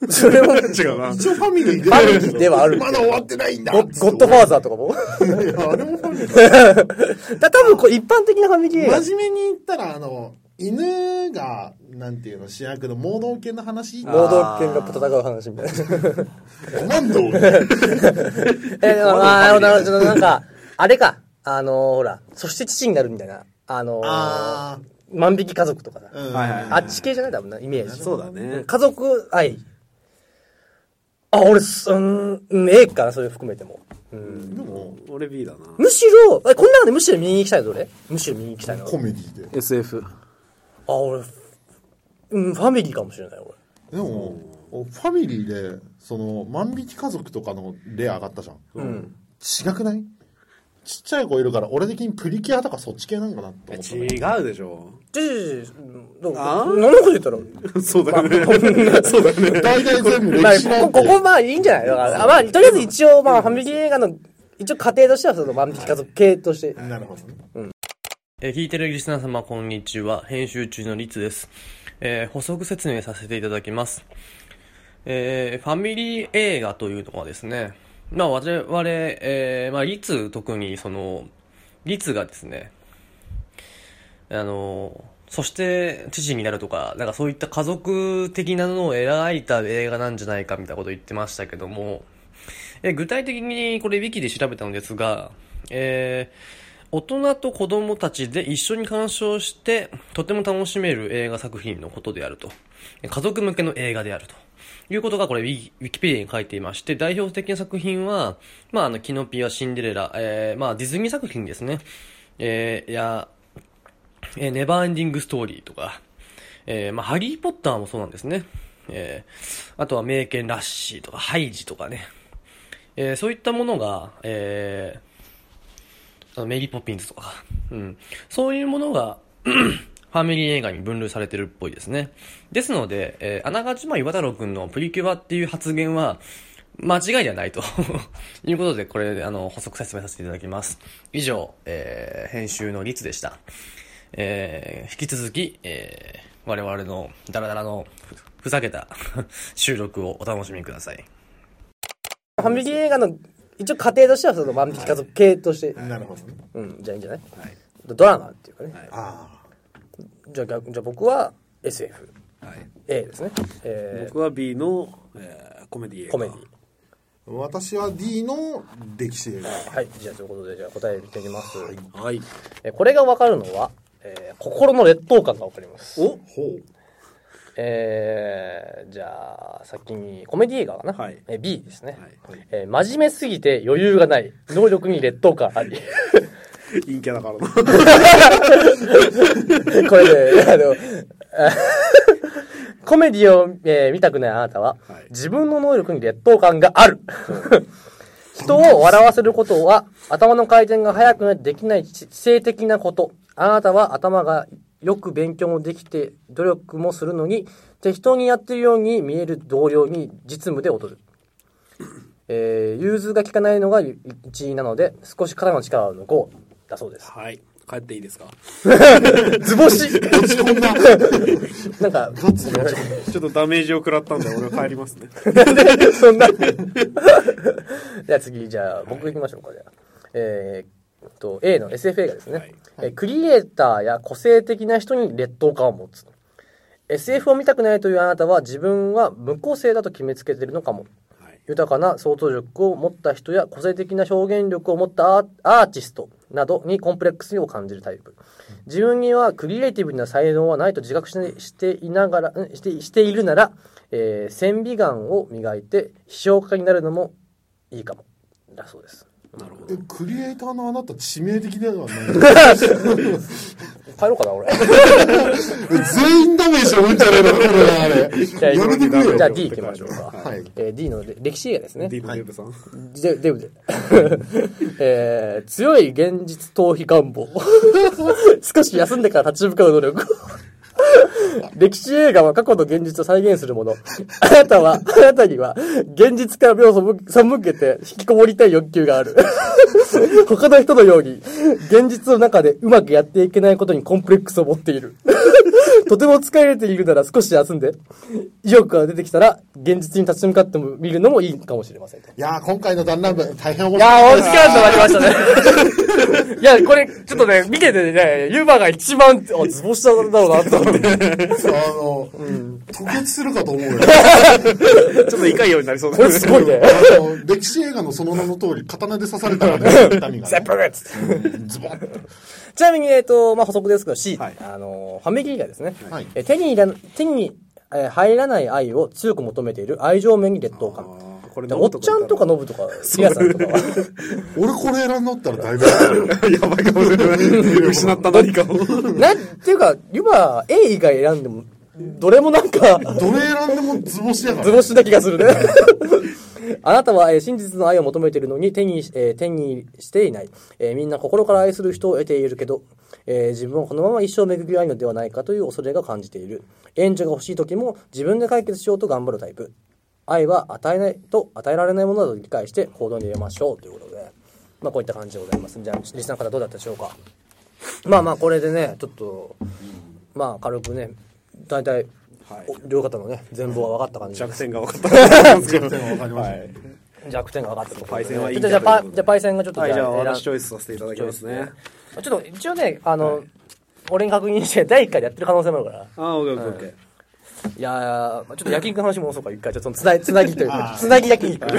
Speaker 3: そ れも、
Speaker 1: 違うな。
Speaker 4: 一応ファミリーで
Speaker 3: ファミリーではあるけど
Speaker 4: まだ終わってないんだ
Speaker 3: ゴゴッドファーザーとかも。
Speaker 4: いやあれもファミリー
Speaker 3: だ多分これ一般的なファミリー映画。
Speaker 4: 真面目に言ったらあの犬がなんていうの主役の盲導犬の話
Speaker 3: 盲導犬が戦う話みたいな。
Speaker 4: コマンドをね
Speaker 3: え、でもあー、なるほど、なるほど、なんか、あれか。あのー、ほら、そして父になるみたいな。あのー、
Speaker 4: あ
Speaker 3: 万引き家族とかさ。
Speaker 4: うん
Speaker 1: はいはい
Speaker 3: あっち系じゃない多分な、イメージ。
Speaker 1: そうだ
Speaker 3: うん
Speaker 1: ね。
Speaker 3: 家族愛。あ、俺、すうん、うん A かな、それ含めても。うん、
Speaker 4: でも
Speaker 1: 俺 B だな。
Speaker 3: むしろ、えこの中でむしろ右に行きたいのどれむしろ右に行きたいのは
Speaker 4: コメディで
Speaker 1: SF。
Speaker 3: あ、俺、うん、ファミリーかもしれない、俺。
Speaker 4: でもファミリーでその万引き家族とかの例上がったじゃん、
Speaker 3: ん
Speaker 4: 違くないちっちゃい子いるから俺的にプリキュアとかそっち系なんかなって思ったね
Speaker 1: 違うでしょ。
Speaker 3: じゃじゃじゃじゃうんどう
Speaker 1: あ
Speaker 3: 何
Speaker 1: ー
Speaker 3: のこと言ったら
Speaker 1: そうだよね。そうだよね。
Speaker 4: 大体全部
Speaker 3: ま
Speaker 4: 歴史
Speaker 3: あ、
Speaker 4: な
Speaker 3: こ
Speaker 4: んて
Speaker 3: ここまあいいんじゃないだからあまあ、とりあえず一応、まあ、ファミリー映画の、一応家庭としては、その万引き家族系として。
Speaker 4: なるほどね
Speaker 6: えー聞いてるリスナー様、こんにちは。編集中のリツです。えー補足説明させていただきます。えーファミリー映画というのはですね、まあ我々、えーまあリツ、特にその、リツがですね、あの、そして父になるとか、なんかそういった家族的なのを描いた映画なんじゃないかみたいなことを言ってましたけども、えー具体的にこれウィキで調べたのですが、えー大人と子供たちで一緒に鑑賞して、とても楽しめる映画作品のことであると。家族向けの映画であると。いうことがこれウィキ、ウィキペディアに書いていまして、代表的な作品は、まあ、あの、キノピア、シンデレラ、えー、まあ、ディズニー作品ですね。えー、や、えーネバーエンディングストーリーとか、えーまあ、ハリーポッターもそうなんですね。えーあとは名犬ラッシーとか、ハイジとかね。えーそういったものが、えーあのメリーポピンズとか、うん。そういうものが、 ファミリー映画に分類されてるっぽいですね。ですので、えーあながち、まあ、岩太郎くんのプリキュアっていう発言は、間違いではないと。 いうことで、これ、あの、補足説明させていただきます。以上、えー編集の律でした。えー引き続き、えー我々のダラダラのふふざけた 収録をお楽しみください。
Speaker 3: ファミリー映画の一応家庭としてはその万引き家族系として、
Speaker 4: なるほどね。
Speaker 3: うんじゃあいいんじゃない、ドラマっていうかね、
Speaker 4: あ
Speaker 3: じゃあ逆じゃあ僕は SFA
Speaker 1: はい
Speaker 3: ですね、え
Speaker 1: 僕は B の、えーコメデ
Speaker 3: ー、
Speaker 1: ィ映画
Speaker 3: コメディ
Speaker 4: あ。私は D の歴史映画。
Speaker 3: はいじゃあということでじゃあ答え見ていきます、
Speaker 1: はい
Speaker 3: えーこれが分かるのは、えー心の劣等感が分かります
Speaker 1: お
Speaker 4: ほう。
Speaker 3: えー、じゃあ先にコメディ映画かな、
Speaker 1: はい
Speaker 3: えー B ですね、
Speaker 1: はい
Speaker 3: えー真面目すぎて余裕がない能力に劣等感あり
Speaker 1: 陰キャだからな
Speaker 3: これねあのあコメディを、えー見たくないあなたは、
Speaker 1: はい
Speaker 3: 自分の能力に劣等感がある人を笑わせることは頭の回転が速くないとできない知知性的なことあなたは頭がよく勉強もできて努力もするのに適当にやってるように見える同僚に実務で劣るえー融通が利かないのが一位なので少し肩の力を抜こうだそうです
Speaker 1: はい帰っていいですか
Speaker 3: 図星なんか、
Speaker 1: ちょっとダメージを食らったんで俺は帰りますね
Speaker 3: そんな。じゃあ次、じゃあ僕行きましょうか、じゃあ。えーっと、A の SF 映画ですね、
Speaker 1: はい
Speaker 3: えークリエイターや個性的な人に劣等感を持つ。SF を見たくないというあなたは自分は無個性だと決めつけてるのかも。
Speaker 1: はい
Speaker 3: 豊かな想像力を持った人や個性的な表現力を持ったアーアーティストなどにコンプレックスを感じるタイプ自分にはクリエイティブな才能はないと自覚してしていながらんしてしているなら、えー線美眼を磨いて批評家になるのもいいかもだそうです
Speaker 4: えクリエイターのあなた致命的では ない
Speaker 3: 帰ろうか な俺
Speaker 4: 全員ダメージを負うんじゃねえのこれはあれ。
Speaker 3: じゃあ
Speaker 4: やめてくれよ
Speaker 3: じゃあ D 行きましょうか、
Speaker 4: はい。
Speaker 3: えー D のれ歴史映画ですね
Speaker 1: ディープデーブさん、
Speaker 3: デデブで。 えー、強い現実逃避願望。 少し休んでから立ち向かう努力。 歴史映画は過去の現実を再現するもの。あなたは、あなたには、現実から目を背けて引きこもりたい欲求がある。 他の人のように、現実の中でうまくやっていけないことにコンプレックスを持っている。 とても疲れているなら少し休んで、意欲が出てきたら、現実に立ち向かってみるのもいいかもしれません。
Speaker 4: いやー、今回の団らん部、大変面
Speaker 3: いや
Speaker 4: 白
Speaker 3: ー、お時間となりました ね。いや、これ、ちょっとね、見ててね、ユーバーが一番、あ、ズボしたんだろうな、と思って。
Speaker 4: いです。あの、吐血するかと思うよ。
Speaker 1: ちょっと痛いようになりそう
Speaker 3: こ
Speaker 1: で
Speaker 3: れすごいね。
Speaker 4: あの歴史映画のその名の通り、刀で刺されたらね、痛み が、ね。ズボンって
Speaker 3: ちなみに、えっと、まあ、補足ですけど、C、
Speaker 1: はい
Speaker 3: あのー、ファミリーがですね、
Speaker 4: はい
Speaker 3: え手に入ら、手に、えー入らない愛を強く求めている愛情面に劣等感。
Speaker 1: これ
Speaker 3: でおっちゃんとかノブとか、リアさんとかは、
Speaker 4: 俺これ選んだったらだいぶ楽だよ。
Speaker 1: やばいかもしれない失った何かを
Speaker 3: なんていうか、ユーバー A 以外選んでも、どれもなんか、
Speaker 4: どれ選んでもズボしやが
Speaker 3: 図
Speaker 4: ら。
Speaker 3: 星な気がするね。 あなたは、えー真実の愛を求めているのに手に、えー手にしていない、えーみんな心から愛する人を得ているけど、えー自分はこのまま一生巡り合えるのではないかという恐れが感じている。援助が欲しい時も自分で解決しようと頑張るタイプ。愛は与えないと与えられないものだと理解して行動に入れましょうということで、まあこういった感じでございます。じゃあ、リスナーの方どうだったでしょうか。まあまあこれでね、ちょっと、まあ軽くね、大体、
Speaker 1: はい
Speaker 3: お両方のね、全貌が分かった感じで
Speaker 1: 弱点が分かった
Speaker 4: 弱点が分かりました
Speaker 1: はい
Speaker 3: 弱点が上がったところ
Speaker 1: パイセンはいいん
Speaker 3: じ
Speaker 1: だ
Speaker 3: ゃあ、じゃあ
Speaker 1: ということ
Speaker 3: パじゃ
Speaker 1: で
Speaker 3: あパイセンがちょっと、
Speaker 1: はい、じゃあ
Speaker 3: 選ん
Speaker 1: 私チョイスさせていただきますね。
Speaker 3: ちょっと、一応ね、あの、俺に確認して、第1回でやってる可能性もあるから。
Speaker 1: ああ、オッケーオッケーオッケ
Speaker 3: いやー、ちょっと焼肉の話もそうか、一回。ちょっとそ のつな、つなぎというか、つなぎ焼肉。
Speaker 4: り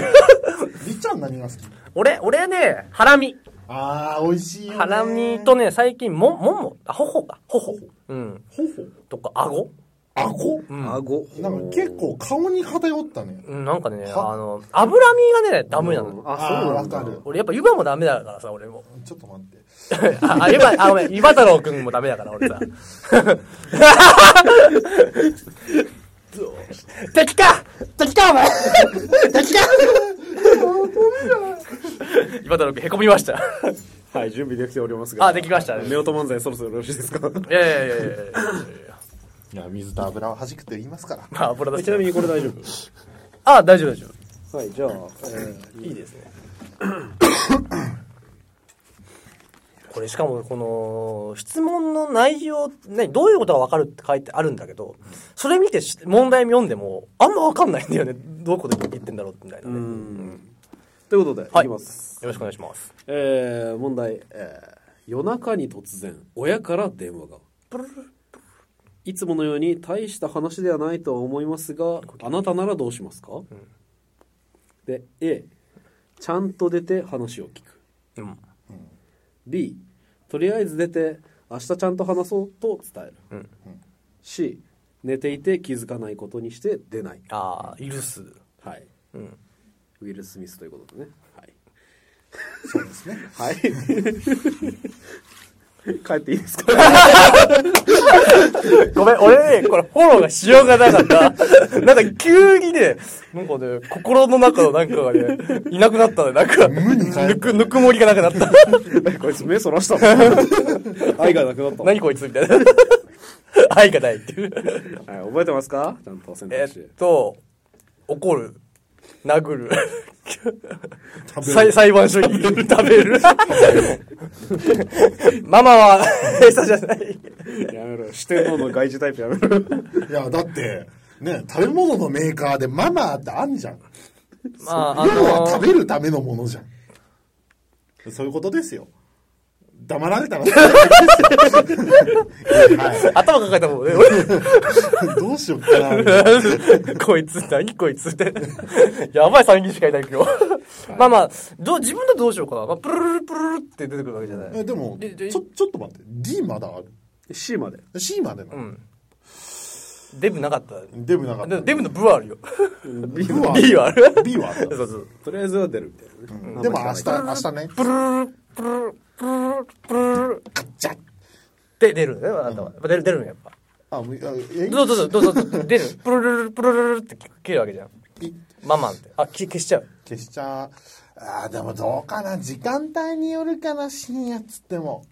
Speaker 4: っちゃん何が好き
Speaker 3: 俺、俺ね、ハラミ。
Speaker 4: ああー、美味しいよ、ね。
Speaker 3: ハラミとね、最近、も、もも、あ、頬か、頬。うん。
Speaker 4: ほほ。
Speaker 3: とか、顎
Speaker 4: あご
Speaker 3: うん。
Speaker 1: 顎。
Speaker 4: なんか結構顔に偏ったね。
Speaker 3: うんなんかね、
Speaker 4: は
Speaker 3: あの、脂身がね、ダメなの。
Speaker 1: あ、
Speaker 4: あ
Speaker 1: そ
Speaker 4: ー、
Speaker 1: うな
Speaker 4: わ
Speaker 1: ん
Speaker 4: か
Speaker 1: だ。
Speaker 4: る。
Speaker 3: 俺やっぱ湯葉もダメだからさ、俺も。
Speaker 4: ちょっと待って。
Speaker 3: あ、あ湯葉、あ、ごめん、湯葉太郎くんもダメだから、俺さ。 敵か敵かお前 敵か湯葉太郎くん、へこみました。
Speaker 1: はい、準備できておりますが。
Speaker 3: あできましたね
Speaker 1: ネオト漫才そろそろよろしいですか
Speaker 3: いやいやいやいやいや
Speaker 4: いや、水と油を弾くと言いますから。
Speaker 3: まあ、油だ
Speaker 1: ちなみ
Speaker 3: し。
Speaker 1: にこれ大丈
Speaker 3: あ、大丈夫大丈夫。
Speaker 1: 夫。はい、じゃあ、えー、いいですね。
Speaker 3: これしかもこの質問の内容、ね、どういうことが分かるって書いてあるんだけど、それ見てし問題読んでも、あんま分かんないんだよね。どこで言ってんだろうみたいなね。よ
Speaker 1: ということで、
Speaker 3: はい
Speaker 1: いきます。
Speaker 3: ろしくお願いします。
Speaker 1: えー、問題、えー、夜中に突然、親から電話が。いつものように大した話ではないとは思いますが、あなたならどうしますか、で、A、ちゃんと出て話を聞く。
Speaker 3: うん。
Speaker 1: B とりあえず出て明日ちゃんと話そうと伝える、
Speaker 3: うん
Speaker 1: C 寝ていて気づかないことにして出ない、
Speaker 3: ああ、許す。
Speaker 1: はい
Speaker 3: うん。
Speaker 1: ウィル・スミスということでねはい
Speaker 4: そうですね。
Speaker 1: はい 帰っていいですか
Speaker 3: ごめん、俺ね、これフォローがしようがなかった。なんか急にね、なんかね、心の中のなんかがね、いなくなったね。なんか、ぬく、ぬくもりがなくなった。
Speaker 1: こいつ目そらしたもん愛がなくなったもん
Speaker 3: 何こいつみたいな。愛がないっていう。
Speaker 1: はい、覚えてますかちゃんと選
Speaker 3: え
Speaker 1: 択肢、
Speaker 3: っと、怒る。殴る。裁裁判所に行く食べる。ママは、餌じゃない。
Speaker 1: やめろよ四天王の外事タイプやめろよ
Speaker 4: いや、だって、ね、食べ物のメーカーでママってあんじゃん。
Speaker 3: まあ、あ
Speaker 4: 要は食
Speaker 3: の、
Speaker 4: べるためのものじゃん。そういうことですよ。黙られたら。 は
Speaker 3: 頭抱えたもんね。
Speaker 4: い、どうしよっかな。みたいな
Speaker 3: 俺 こいつ、何こいつ って。やばい3人しかいないけど。まあまあ、どう自分だとどうしようかな。まあ、プルルルプルルって出てくるわけじゃない。
Speaker 4: えでも、
Speaker 3: でで
Speaker 4: ちょ、ちょっと待って。D まだある。
Speaker 1: C まで
Speaker 4: C までな
Speaker 3: う
Speaker 4: の。
Speaker 3: ん。デブなかった。
Speaker 4: デブなかっ
Speaker 3: で
Speaker 4: た。
Speaker 3: もデブのブはあるよ。
Speaker 4: B は
Speaker 3: B はある。
Speaker 4: B はあった。
Speaker 3: そうそう。
Speaker 1: とりあえずは出るみたいなね、
Speaker 4: でも明日、明日ね。
Speaker 3: プルルルプルルプルルプルルっ
Speaker 4: じゃ
Speaker 3: て出るね、あなたは。やっぱ出る、出るのやっぱ。
Speaker 4: あ、もう、あえ
Speaker 3: どうぞどうぞどうぞ出る。プルルルプルルルって切るわけじゃん。
Speaker 4: い
Speaker 3: ママンって。あ、き消しちゃう。
Speaker 4: 消しちゃう。あーでもどうかな。時間帯によるかな、深夜っつっても。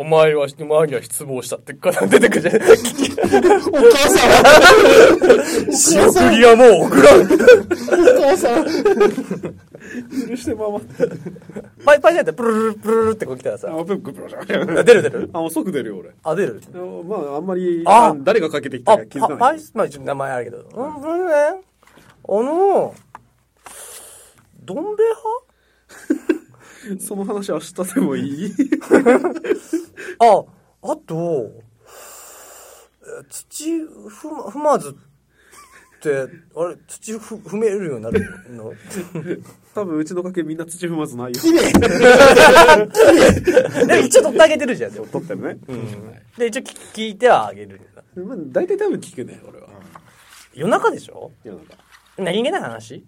Speaker 3: お前は、お前には失望したってから出てくるじゃん。
Speaker 4: お母さん
Speaker 3: 仕送りはもう送らん。
Speaker 4: お母さん
Speaker 1: 許してまま
Speaker 3: パイパイじゃなくて、プルルルプルルってこう来たらさ。
Speaker 1: あプッププロじゃん
Speaker 3: 出る出る。
Speaker 1: あもう即出るよ俺
Speaker 3: あ、出る。
Speaker 1: まああんまり
Speaker 3: あ
Speaker 1: あ誰がかけてきた
Speaker 3: あ
Speaker 1: か気づ、
Speaker 3: パ
Speaker 1: かな
Speaker 3: パ
Speaker 1: い
Speaker 3: イ、まあ一応名前あるけど。うん、うんね。あの、どん兵衛
Speaker 1: その話明日でもい い
Speaker 3: 派あ、あと、え土ふま、踏まずって、あれ、土ふ踏めるようになる の
Speaker 1: 多分うちの家系みんな土踏まずないよ。
Speaker 3: でも一応取ってあげてるじゃん。でも
Speaker 1: 取ってるね。
Speaker 3: で、一応聞聞いてはあげる。
Speaker 1: まあ、大体多分聞くね、俺は。
Speaker 3: 夜中でしょ
Speaker 1: 世の中
Speaker 3: 何気ない話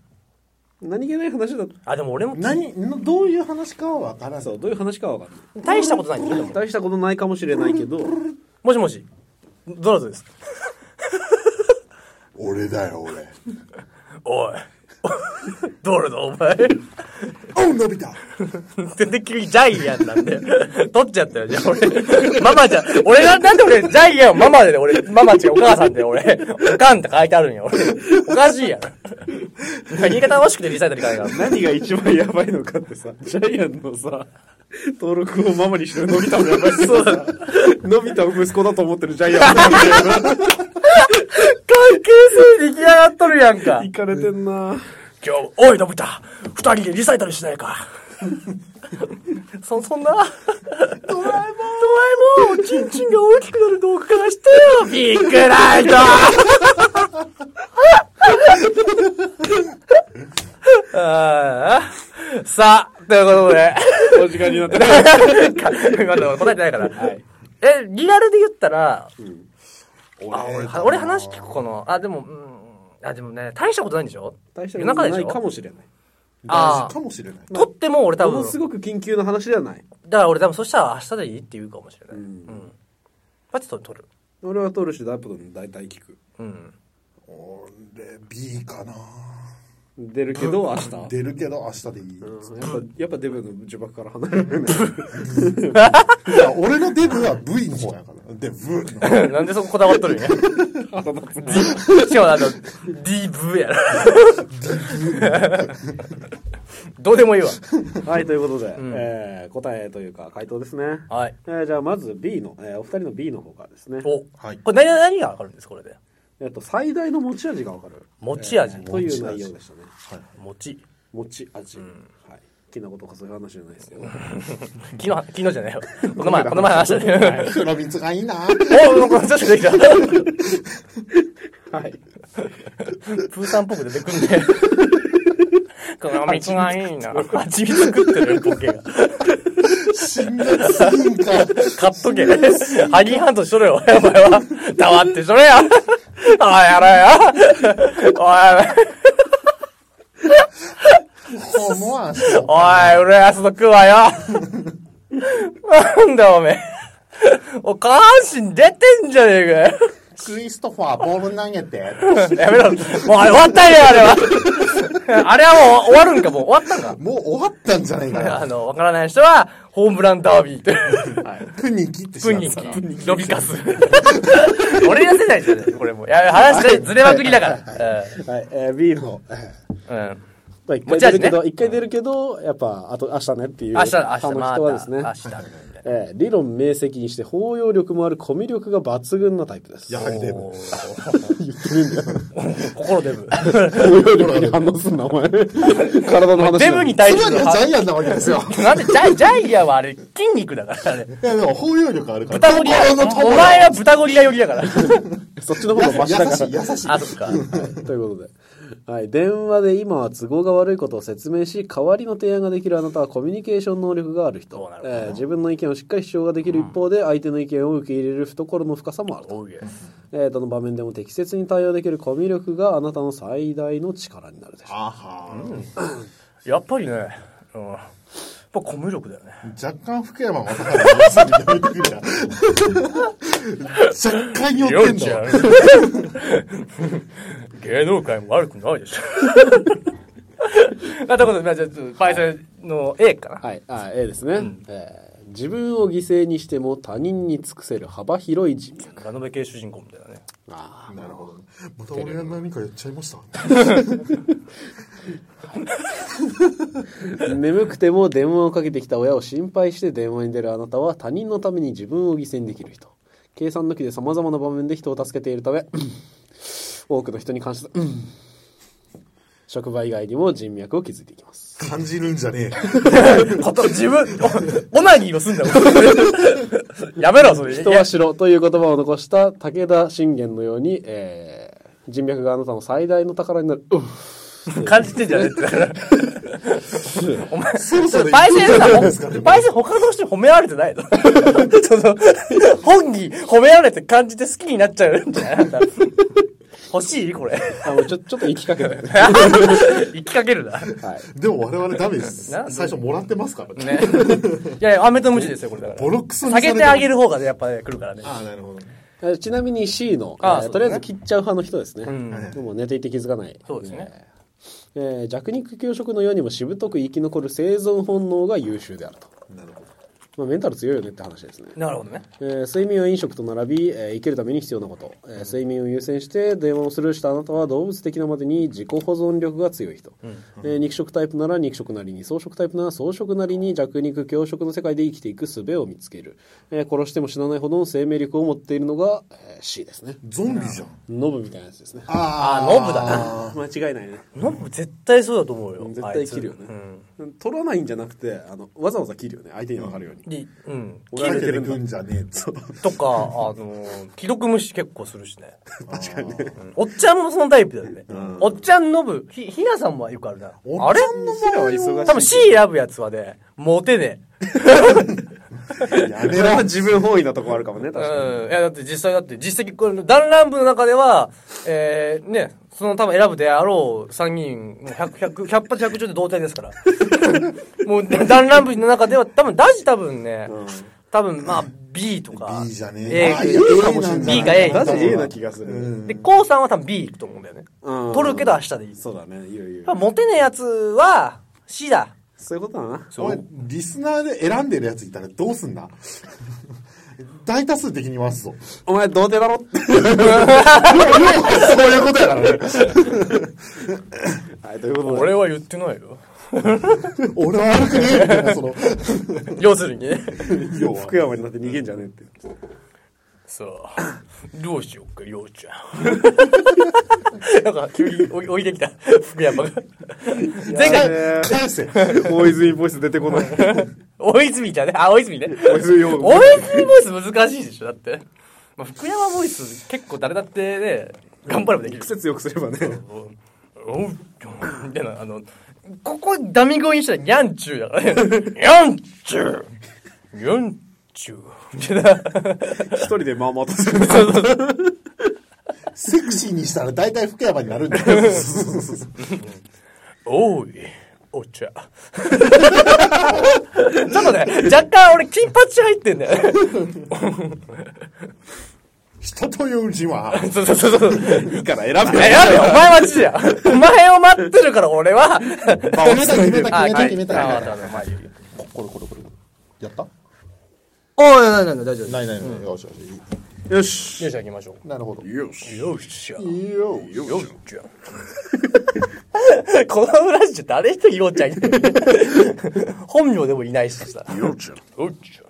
Speaker 1: 何気ない話だと。
Speaker 3: あ、でも俺も
Speaker 4: 何のどういう話かは分からん
Speaker 1: そう、どういう話かは分かんない。
Speaker 3: 大したことないけど。
Speaker 1: 大したことないかもしれないけど、
Speaker 3: もしもし、どなたです。
Speaker 4: 俺だよ俺
Speaker 3: おい。 どれだお前。
Speaker 4: おう伸びた
Speaker 3: 全然君ジャイアンなんで。取っちゃったよ、じゃあ俺。ママじゃ、俺な、なんで俺、ジャイアンをママでね、俺、ママ違う、お母さんで俺、おかんって書いてあるんや、俺。おかしいやろ。何が楽しくてリサイタル行かないから。
Speaker 1: 何が一番やばいのかってさ、 ジャイアンのさ、登録をママにしてるのび太もやばいけどさ、のび太を息子だと思ってるジャイアンの
Speaker 3: 関係性出来上がっとるやんか
Speaker 1: い。かれてんな
Speaker 3: 今日、おい、のび太、二人でリサイタルしない か。そ、そんな、ドラえもん、ドラえもん、おちんちんが大きくなる動画からしてよ、ビッグラ イトあーさあ、ということで、
Speaker 1: お時間になってます。
Speaker 3: 今の答えてないから。え、リアルで言ったら、あ俺は俺話聞くかな。あ、でも、うん、あ、でもね、大したことないんでしょ
Speaker 1: 大したこ
Speaker 3: 夜中
Speaker 1: と
Speaker 3: で
Speaker 1: な
Speaker 3: し
Speaker 1: いか
Speaker 3: ょ
Speaker 1: もしれない。
Speaker 3: あー
Speaker 4: かもしれない。
Speaker 3: 撮っても俺多
Speaker 1: も
Speaker 3: 分
Speaker 1: の、すごく緊急の話ではない。
Speaker 3: だから俺多分そしたら明日でいいって言うかもしれない。うん。パチッと撮る。
Speaker 1: 俺は撮るし、ダイプトに大体聞く。
Speaker 3: うん。
Speaker 4: 俺、B かな
Speaker 1: 出るけど、明日。
Speaker 4: 出るけど明日でいい。
Speaker 1: やっぱ、やっぱデブの呪縛から離れるよね。
Speaker 4: いや、俺のデブは V の方やから。で、V の方。
Speaker 3: なんでそここだわっと るんや。しかもあの、DV やろ。どうでもいいわ。
Speaker 1: はい、ということで、えー答えというか、回答ですね。
Speaker 3: はい。
Speaker 1: えーじゃあ、まず B の、えーお二人の B の方からですね。
Speaker 3: お、
Speaker 4: はい
Speaker 3: これ何何がわかるんですこれで。
Speaker 1: えっと、最大の持ち味がわかる。
Speaker 3: 持ち味。
Speaker 1: という内容でしたね。
Speaker 3: 持ち。
Speaker 1: 持ち味。はい。好きなことかそういう話じゃないです よ。
Speaker 3: 昨日、昨日じゃないよ。この前、この前話したね。
Speaker 4: 黒蜜がいいな
Speaker 3: おなんかちょっとできた。
Speaker 1: はい。
Speaker 3: プーさんっぽく出てくんで。この蜜がいいな。蜂蜜食ってるボケが。
Speaker 4: 死んだらすんか。
Speaker 3: 買っとけ。ハニーハントしとろよ、お前は。黙ってしとろや。おい、やろよ。
Speaker 4: 思わんし。
Speaker 3: おい、おい、浦安の食うわよ。なんだおめえ。お、下半身出てんじゃねえかよ。
Speaker 4: クリストファー、ボール投げて。
Speaker 3: やめろ。もうあれ終わったよ、あれは。あれはもう終わるんか、もう終わったん
Speaker 4: もう終わったんじゃない か
Speaker 3: か。あ
Speaker 4: な。
Speaker 3: の、わからない人は、ホームランダービー って。
Speaker 4: プニキって
Speaker 3: プ
Speaker 4: 知ら
Speaker 3: ニ
Speaker 4: んから。
Speaker 3: キ、ロビカス。 俺ら世代じゃないこれもう。いや、話して、ずれまくりだ から。
Speaker 1: はい、えー B の。
Speaker 3: うん。うん。
Speaker 1: まあ、一回出るけど、一、回出るけど、やっぱ、あと、明日ねっていう。
Speaker 3: 明日、明日、
Speaker 1: あの
Speaker 3: ま
Speaker 1: 人はですね。
Speaker 3: た明日。
Speaker 1: えー理論明晰にして包容力もあるコミュ力が抜群なタイプです。
Speaker 4: やはりデブ。
Speaker 3: 心デブ。
Speaker 1: 包容力に反応すんな、お前。体の話。
Speaker 3: デブに。対
Speaker 4: つ
Speaker 3: し
Speaker 4: まり
Speaker 3: て
Speaker 4: はジ
Speaker 3: は。
Speaker 4: ャイアンなわけですよ。
Speaker 3: なんでジャイ、ジャイアンはあれ、筋肉だからね。
Speaker 4: いや、でも包容力あるから。
Speaker 3: 豚ゴリラ、お前は豚ゴリラ寄りだから。
Speaker 1: そっちの方がマシだから。
Speaker 4: 優しい、優しい。
Speaker 3: あ、そっか。
Speaker 1: ということで。はい。電話で今は都合が悪いことを説明し、代わりの提案ができるあなたはコミュニケーション能力がある人。えー自分の意見をしっかり主張ができる一方で、相手の意見を受け入れる懐の深さもあると。えーどの場面でも適切に対応できるコミュ力があなたの最大の力になるでしょう。
Speaker 4: あは
Speaker 3: やっぱりね、うん。やっぱコミュ力だよね。
Speaker 4: 若干福山雅治の話にやめてくるな。若干寄ってんだわ。
Speaker 3: 芸能界も悪くないで しょ。まあ、ということで、まあ、じゃあ、ちょっとパイセンの A かな。
Speaker 1: はい、あ A ですね、えー自分を犠牲にしても他人に尽くせる幅広い人脈。
Speaker 3: ラノベ系主人公みたいなね。
Speaker 1: あ
Speaker 4: なるほどね。また俺が何かやっちゃいました。
Speaker 1: ー眠くても電話をかけてきた親を心配して電話に出るあなたは他人のために自分を犠牲にできる人。計算抜きで様々な場面で人を助けているため、 多くの人に感謝す、 職場以外にも人脈を築いていきます。
Speaker 4: 感じるんじゃねえ。
Speaker 3: こと自分、おオナニーをすんだよ。 やめろ、それ。
Speaker 1: 人は城という言葉を残した武田信玄のように、えー人脈があなたの最大の宝になる。 うん
Speaker 3: 感じてんじゃねえって。 お前、
Speaker 4: そろそろ
Speaker 3: パイセンさ
Speaker 4: いつです か
Speaker 3: ん、パイセン他の人に褒められてないの その、本に褒められて感じて好きになっちゃうんじゃないあんた欲しいこれ。
Speaker 1: あのちょちょっと行きかけたよね。
Speaker 3: 行きかけるな。
Speaker 1: はい。
Speaker 4: でも我々ダメです。
Speaker 3: なんで
Speaker 4: 最初もらってますからね。
Speaker 3: ね。いやいや、アメとムチですよ、これだ から。
Speaker 4: ボロクソにさ
Speaker 3: 下
Speaker 4: れ
Speaker 3: げてあげる方がね、やっぱね、来るからね。
Speaker 4: ああ、なるほど。
Speaker 1: えーちなみに C の、
Speaker 3: あ
Speaker 1: え
Speaker 3: そうです
Speaker 1: ー
Speaker 3: ね
Speaker 1: とりあえず切っちゃう派の人ですね。
Speaker 3: ん
Speaker 1: もう寝ていて気づかない。
Speaker 3: そうですね。
Speaker 1: えー弱肉強食のようにもしぶとく生き残る生存本能が優秀であると。
Speaker 4: なるほど。
Speaker 1: まあ、メンタル強いよねって話ですね。
Speaker 3: なるほどね。
Speaker 1: えー睡眠は飲食と並び、えー生きるために必要なこと、えー睡眠を優先して電話をスルーしたあなたは動物的なまでに自己保存力が強い人、えー肉食タイプなら肉食なりに草食タイプなら草食なりに弱肉強食の世界で生きていく術を見つける、えー殺しても死なないほどの生命力を持っているのが、えー C ですね
Speaker 4: ゾンビじゃん。
Speaker 1: ノブみたいなやつですね
Speaker 3: あ、ノブだな。
Speaker 1: 間違いないね
Speaker 3: ノブ絶対そうだと思うよ。
Speaker 1: 絶対切るよね
Speaker 3: あいつうん
Speaker 1: 取らないんじゃなくてあのわざわざ切るよね相手に分かるように、
Speaker 3: り、うん、
Speaker 4: 俺だけで食うんじゃねえって
Speaker 3: とか、あのー、既読無視結構するし ね。確かにね。おっちゃんもそのタイプだよね。おっちゃんノブ、ひ、ひなさんはよくあるな。あれ
Speaker 1: 彼らは忙しい。
Speaker 3: 多分 C 選ぶやつはね、モテね
Speaker 1: やめろ。それは自分本位なとこあるかもね、
Speaker 3: え。
Speaker 1: 確かに。
Speaker 3: うん。いや、だって実際だって、実績、これ、弾丸部の中では、えー、ね、その多分選ぶであろう参議院、もう100、100、100発100中で同体ですから。 もう、弾丸部の中では、多分、ダジ多分ね、多分、まあ、B とか。
Speaker 4: B じゃねえ
Speaker 3: A
Speaker 4: あ
Speaker 3: か
Speaker 4: A
Speaker 3: かもし
Speaker 4: な
Speaker 3: れ
Speaker 4: ん
Speaker 3: な
Speaker 4: じ
Speaker 3: い。B
Speaker 4: ゃ
Speaker 3: か A に
Speaker 1: マ
Speaker 4: な
Speaker 1: ジで
Speaker 4: んじゃ
Speaker 1: A
Speaker 4: な
Speaker 1: ない気がす
Speaker 4: う
Speaker 1: る。
Speaker 4: ん
Speaker 3: で、コウさんは多分 B 行くと思うんだよね。
Speaker 1: うん
Speaker 3: 取るけど明日でいい。
Speaker 1: そうだね、いいよいい
Speaker 3: まあ
Speaker 1: よ。
Speaker 3: モテねえやつは C だ。
Speaker 1: そういうことだな。
Speaker 4: お前リスナーで選んでるやついたらどうすんだ 大多数的に回すぞ。
Speaker 1: お前、童貞だろって。
Speaker 4: そういうことやからね。
Speaker 1: はい、ということで。
Speaker 3: 俺は言ってないよ。
Speaker 4: 俺は悪くねえみたいな、その、
Speaker 3: 要するにね。
Speaker 4: 要は
Speaker 1: 福山になって逃げんじゃねえって。
Speaker 3: そう。どうしようか、ようちゃん。 なんか、急におい置いてきた。福山 が。前回、
Speaker 1: え
Speaker 4: 返せ。
Speaker 1: ー大泉ボイス出てこない。
Speaker 3: 大泉じゃね。あ、大泉ね。
Speaker 1: 大泉洋
Speaker 3: 大泉ボイス難しいでしょ、だって。まあ、福山ボイス結構誰だってね、頑張ればできる。
Speaker 1: 節よくすればね。
Speaker 3: おうちょんみたいな、あの、ここダミ声にしたらにゃんちゅうだからね。 にゃんちゅうにゃんちゅうみたいな。
Speaker 1: 一人でまあまあとする。
Speaker 4: セクシーにしたら大体福山になるんだよ。
Speaker 3: おい、お茶。 ちょっとね、若干俺金八入ってん だよね。
Speaker 4: 人という字は、
Speaker 3: そうそうそうそう。選
Speaker 1: いいから
Speaker 3: べ
Speaker 1: 選べ。
Speaker 3: よ、お前はちや。お前を待ってるから俺は。
Speaker 4: 決めた決めた決めた決め
Speaker 3: あ、わ
Speaker 4: た。
Speaker 3: かったわかったまあいいよ
Speaker 4: これこれこれ。やった
Speaker 3: おい、なんだ、大丈夫。
Speaker 4: ないないない。よしよし。
Speaker 1: よし。
Speaker 3: よっしゃ、行きましょ
Speaker 4: なるほど。
Speaker 3: う。よっしゃ。
Speaker 4: いいよ
Speaker 3: よっちゃん。このラジオ誰一人ようちゃんいない 本名でもいないしさ。
Speaker 1: よっちゃん。
Speaker 3: よっち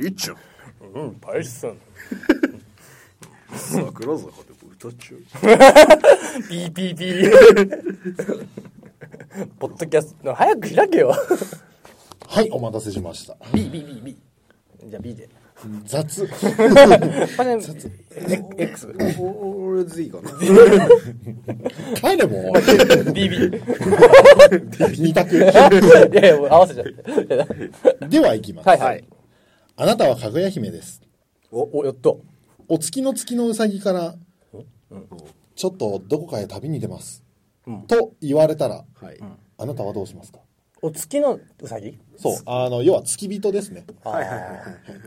Speaker 1: りっちゃん。
Speaker 3: ゃん。うん、パイセン。
Speaker 1: 桜坂でも歌っちゃう。
Speaker 3: ピーピーピー。ポッドキャスト、早く開けよ。
Speaker 4: はい、お待たせしました。
Speaker 3: B、B、B、B。じゃあ B で。
Speaker 4: 雑。
Speaker 3: パイセン、X。
Speaker 1: 俺でいいかな。
Speaker 4: 帰れも
Speaker 3: B、B。
Speaker 4: 二 択。
Speaker 3: いやいや、もう合わせちゃって。
Speaker 4: では行きます。
Speaker 3: はいはい。
Speaker 4: あなたはかぐや姫です。
Speaker 3: お、お、やっと。
Speaker 4: お月の月のうさぎから、ちょっとどこかへ旅に出ます。と言われたら、
Speaker 1: はい。
Speaker 4: あなたはどうしますか
Speaker 3: お月のうさぎ
Speaker 4: そう、あの、要は付き人ですね。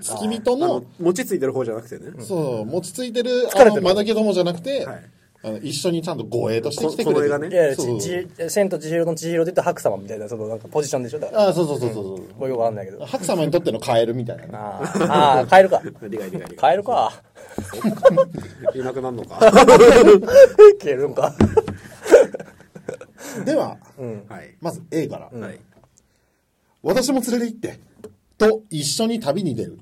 Speaker 4: 付き人の、
Speaker 1: 餅ついてる方じゃなくてね。
Speaker 4: そう、餅ついてる、あの、まだけどもじゃなくて、
Speaker 1: はい
Speaker 4: あの一緒にちゃんと護衛として来てく
Speaker 1: ここ
Speaker 4: れ
Speaker 1: れが
Speaker 4: てる。
Speaker 1: ね
Speaker 3: いやいや、
Speaker 4: そうそう
Speaker 3: ち、ち、千と千尋の千尋で言った白様みたいな、そのなんかポジションでしょだから。
Speaker 4: ああ、そうそうそうそうそう。
Speaker 3: もうよくわかんない けど。
Speaker 4: 白様にとってのカエルみたいなね。
Speaker 3: あーあー、変えるか。
Speaker 1: 理解理解理解。
Speaker 3: 変える か。
Speaker 1: いなくなるのか。は
Speaker 3: 消えるんか。
Speaker 4: では、
Speaker 1: い。
Speaker 4: まず A から、
Speaker 1: はい。
Speaker 4: 私も連れて行って、と一緒に旅に出る。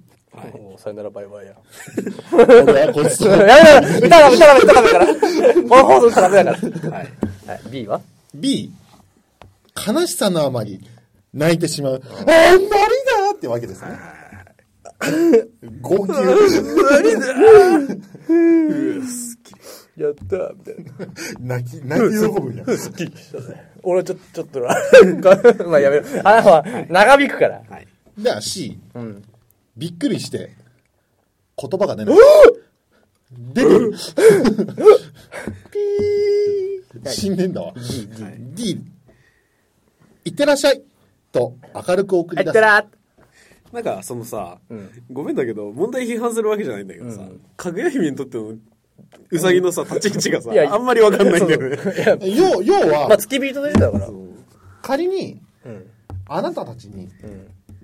Speaker 3: もうさよならバイバイや。
Speaker 4: 俺はこいつと
Speaker 3: やめろ歌が歌が歌がだ から。この放送歌がだから。はい。B は
Speaker 4: B、悲しさのあまり泣いてしまう。あんまりだってわけですね。 号泣。
Speaker 3: やったーみたいな。
Speaker 4: 泣 き、泣き喜ぶんや。
Speaker 3: 俺ちょ、ちょっと な、まあやめろ。あ、まあ、長引くから。
Speaker 4: じゃあ C、びっくりして、言葉が出ない。出て る。ピー。死んでんだわ。D、いってらっしゃいと明るく送り出す。
Speaker 3: ら
Speaker 1: なんか、そのさ、ごめんだけど、問題批判するわけじゃないんだけどさ、かぐや姫にとっての、うさぎのさ、立ち位置が
Speaker 3: いや
Speaker 1: さ、あんまりわかんないんだよね。
Speaker 4: 要要は、
Speaker 3: まあ、付き人でしたから。
Speaker 4: 仮に、あなたたちに、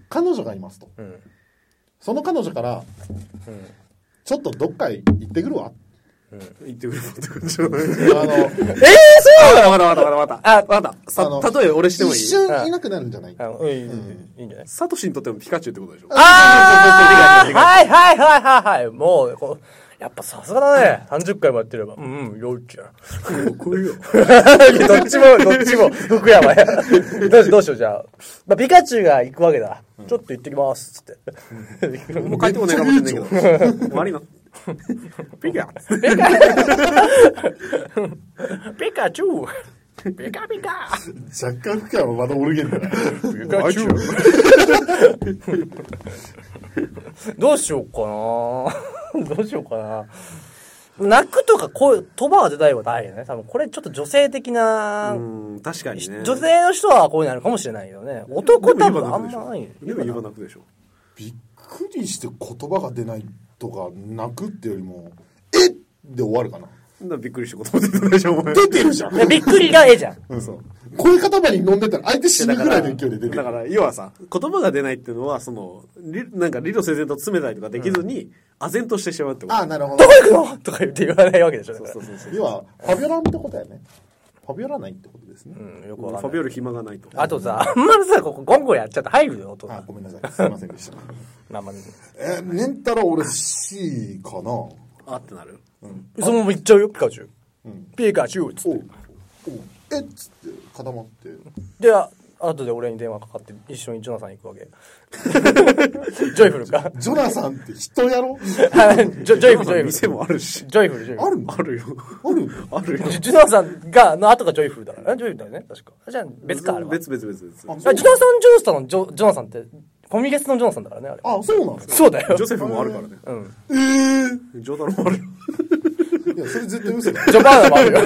Speaker 4: 彼女がいますと、その彼女から、ちょっとどっかへ行ってくるわ、
Speaker 1: 言ってくれたってことじゃない
Speaker 4: あ
Speaker 3: え
Speaker 4: の
Speaker 3: えそう
Speaker 1: わかったわかったわかった。あ、わかった。
Speaker 4: あの
Speaker 1: さ、例え俺してもいい
Speaker 4: 一瞬いなくなるんじゃない、
Speaker 3: あの、いい、いいんじゃない
Speaker 1: サトシにとってもピカチュウってことでしょ
Speaker 3: ああはいはいはいはいはい。もう、こうやっぱさすがだね。30回もやってれば。うん、うん、よいちゃん。
Speaker 1: こいよ。
Speaker 3: どっちも、どっちも、福山や。どうしよう、どうしよう、じゃあ。まあ、ピカチュウが行くわけだ。ちょっと行ってきます、つって。
Speaker 1: もう帰ってこないかもしれないけど。終わりな。ピカ
Speaker 3: ピカチュウピカピカ
Speaker 4: 若干福山まだおるげんだな。
Speaker 1: ピカチュウ
Speaker 3: どうしようかなどうしようかな泣くとか声、飛ばが出たいはないよね。多分これちょっと女性的な、
Speaker 1: うん、確かにね。
Speaker 3: 女性の人はこういうのあるかもしれないよね。男多分あんまない。
Speaker 1: でも言わなくでしょ。
Speaker 4: びっくりして言葉が出ないとか、泣くってよりも、えっで終わるかな。
Speaker 1: そんなびっくりして言葉出てないでしょ、お前。
Speaker 4: 出てるじゃん。
Speaker 3: でびっくりがええじゃん。
Speaker 4: うん、そう。声塊に飲んでたら相手死ぬぐらいの勢いで出て
Speaker 1: だか。
Speaker 4: る
Speaker 1: ら、要はさ、言葉が出ないっていうのは、その、りなんか理路整然と詰めたりとかできずに、唖然としてしまうってこと。
Speaker 4: ああ、なるほ
Speaker 3: ど
Speaker 4: ど
Speaker 3: こ。行くのとか言って言わないわけでしょ。だから
Speaker 1: そうそうそう。
Speaker 4: 要は、ファビョランってことやね。ファビョラないってことですね。
Speaker 3: うん、よく
Speaker 1: フ
Speaker 3: わか
Speaker 1: ァ
Speaker 3: んな
Speaker 1: ビ
Speaker 3: い。
Speaker 1: オル暇がないと。
Speaker 3: あとさ、あんまりさ、ここゴンゴンやっちゃって入るよ、音
Speaker 4: あ
Speaker 3: が。
Speaker 4: ごめんなさ い。すいませんでした。
Speaker 3: まあまあ
Speaker 4: えー、ねんたら俺 C かな。
Speaker 1: あってなる。
Speaker 3: そのまま行っちゃうよ、ピカチュウ。ピカチュウっつ
Speaker 4: お
Speaker 3: っ
Speaker 4: う
Speaker 3: て。
Speaker 4: おうえっつって固まって
Speaker 3: で、あ後で俺に電話かかって一緒にジョナサン行くわけ。 ジョイフルか。
Speaker 4: ジョナサンって人やろ
Speaker 3: ジョジョイフル、ジョイフル。
Speaker 1: 店もあるし。
Speaker 3: ジョイフル、ジョイフ
Speaker 4: あ
Speaker 3: ル。
Speaker 4: るの
Speaker 1: あるよ。
Speaker 4: ある
Speaker 1: あるよ。
Speaker 3: ジュジュナさんが、の後がジョイフルだから。えジョイフルだよね確か。あじゃあ別か、あれは。
Speaker 1: 別別別別。
Speaker 4: あ
Speaker 3: あジュナさん・ジョースタのジョジョナさんって、コミケスのジョナさんだからね、あれは。
Speaker 4: あ、そうなんですか
Speaker 3: そうだよ
Speaker 1: ジョ。セフもあるからね。
Speaker 3: うん。
Speaker 4: えー
Speaker 1: ジョーダロもあるよ。
Speaker 4: いや、それ絶対嘘だ。
Speaker 3: ジョバーナもあるよ。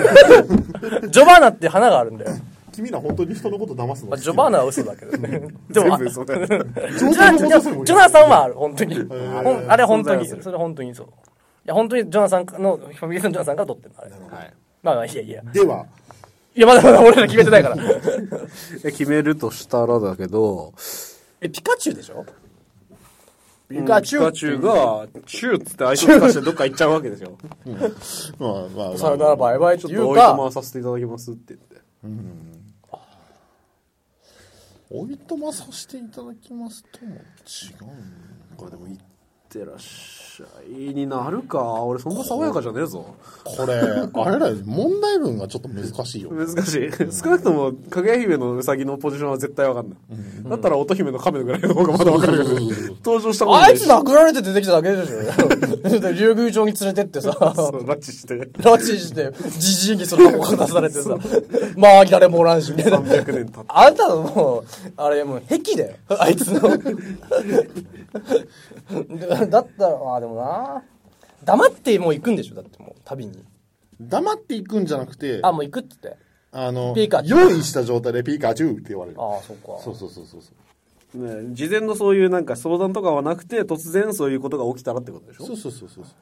Speaker 3: ジョバーナって花があるんだよ。
Speaker 4: 君ら本当に人のこと騙す
Speaker 3: ま
Speaker 4: の
Speaker 3: あ、ジョバーナは嘘だけどね。でも、
Speaker 1: 全
Speaker 3: あ
Speaker 1: 部そうだよ。
Speaker 4: ジョ
Speaker 3: ジョナジ
Speaker 4: ージ
Speaker 3: ョ
Speaker 4: ョ
Speaker 3: ナ
Speaker 4: ナサンも
Speaker 3: ジョナさんはある、本当に。ほんあれ本当
Speaker 1: 存在
Speaker 3: に、
Speaker 1: はする
Speaker 3: それ本当にそう。いや、本当にジョナさんの、ファミリーのジョナさんから撮ってるの、あれ。
Speaker 1: はい。
Speaker 3: まあまあ、いやいや。
Speaker 4: では、
Speaker 3: いや、まだまだ俺ら決めてないから。
Speaker 1: え決めるとしたらだけど、
Speaker 3: え、ピカチュウでしょピ
Speaker 1: ガチュウ。ガチュウが、チュウっつって相手を出してどっか行っちゃうわけでしょ。
Speaker 4: まあまあ、
Speaker 3: さよならバイバイって
Speaker 1: ちょっ
Speaker 3: 言
Speaker 1: と
Speaker 3: う
Speaker 1: おいとま
Speaker 3: か、
Speaker 1: わさせていただきますって言って。
Speaker 4: おいとまさせていただきますとも違うんこれでもいい
Speaker 1: いってらっしゃいになるか。俺そんな爽やかじゃねえぞ。
Speaker 4: これ、あれだよ、問題文がちょっと難しいよ。
Speaker 1: 難しい。少なくとも、かぐや姫のうさぎのポジションは絶対わかんない。だったら、乙姫の亀のぐらいの方がまだわかるけど、登場したこと
Speaker 3: あ
Speaker 1: ない
Speaker 3: いつ殴られて出てきただけでしょ で竜宮城に連れてってさ、
Speaker 1: そう拉致して、
Speaker 3: 拉致して、じじいにその子が出されてさ、まあ、誰もおらんし、みたいな。
Speaker 1: 300年経っ
Speaker 3: あんたのもう、あれもう、癖だよ。あいつの。だったら、あ、でもな。黙ってもう行くんでしょだってもう、旅に。
Speaker 4: 黙っていくんじゃなくて、
Speaker 3: あ、もう行くっつって。
Speaker 4: あの、
Speaker 3: ピーカチュウ
Speaker 4: 用意した状態でピーカチュウって言われる。
Speaker 3: ああ、そうか。
Speaker 4: そうそうそうそうそう。
Speaker 1: て、ね、事前のそういうなんか相談とかはなくて、突然そういうことが起きたらってことでしょ
Speaker 4: そうそうそうそうそう。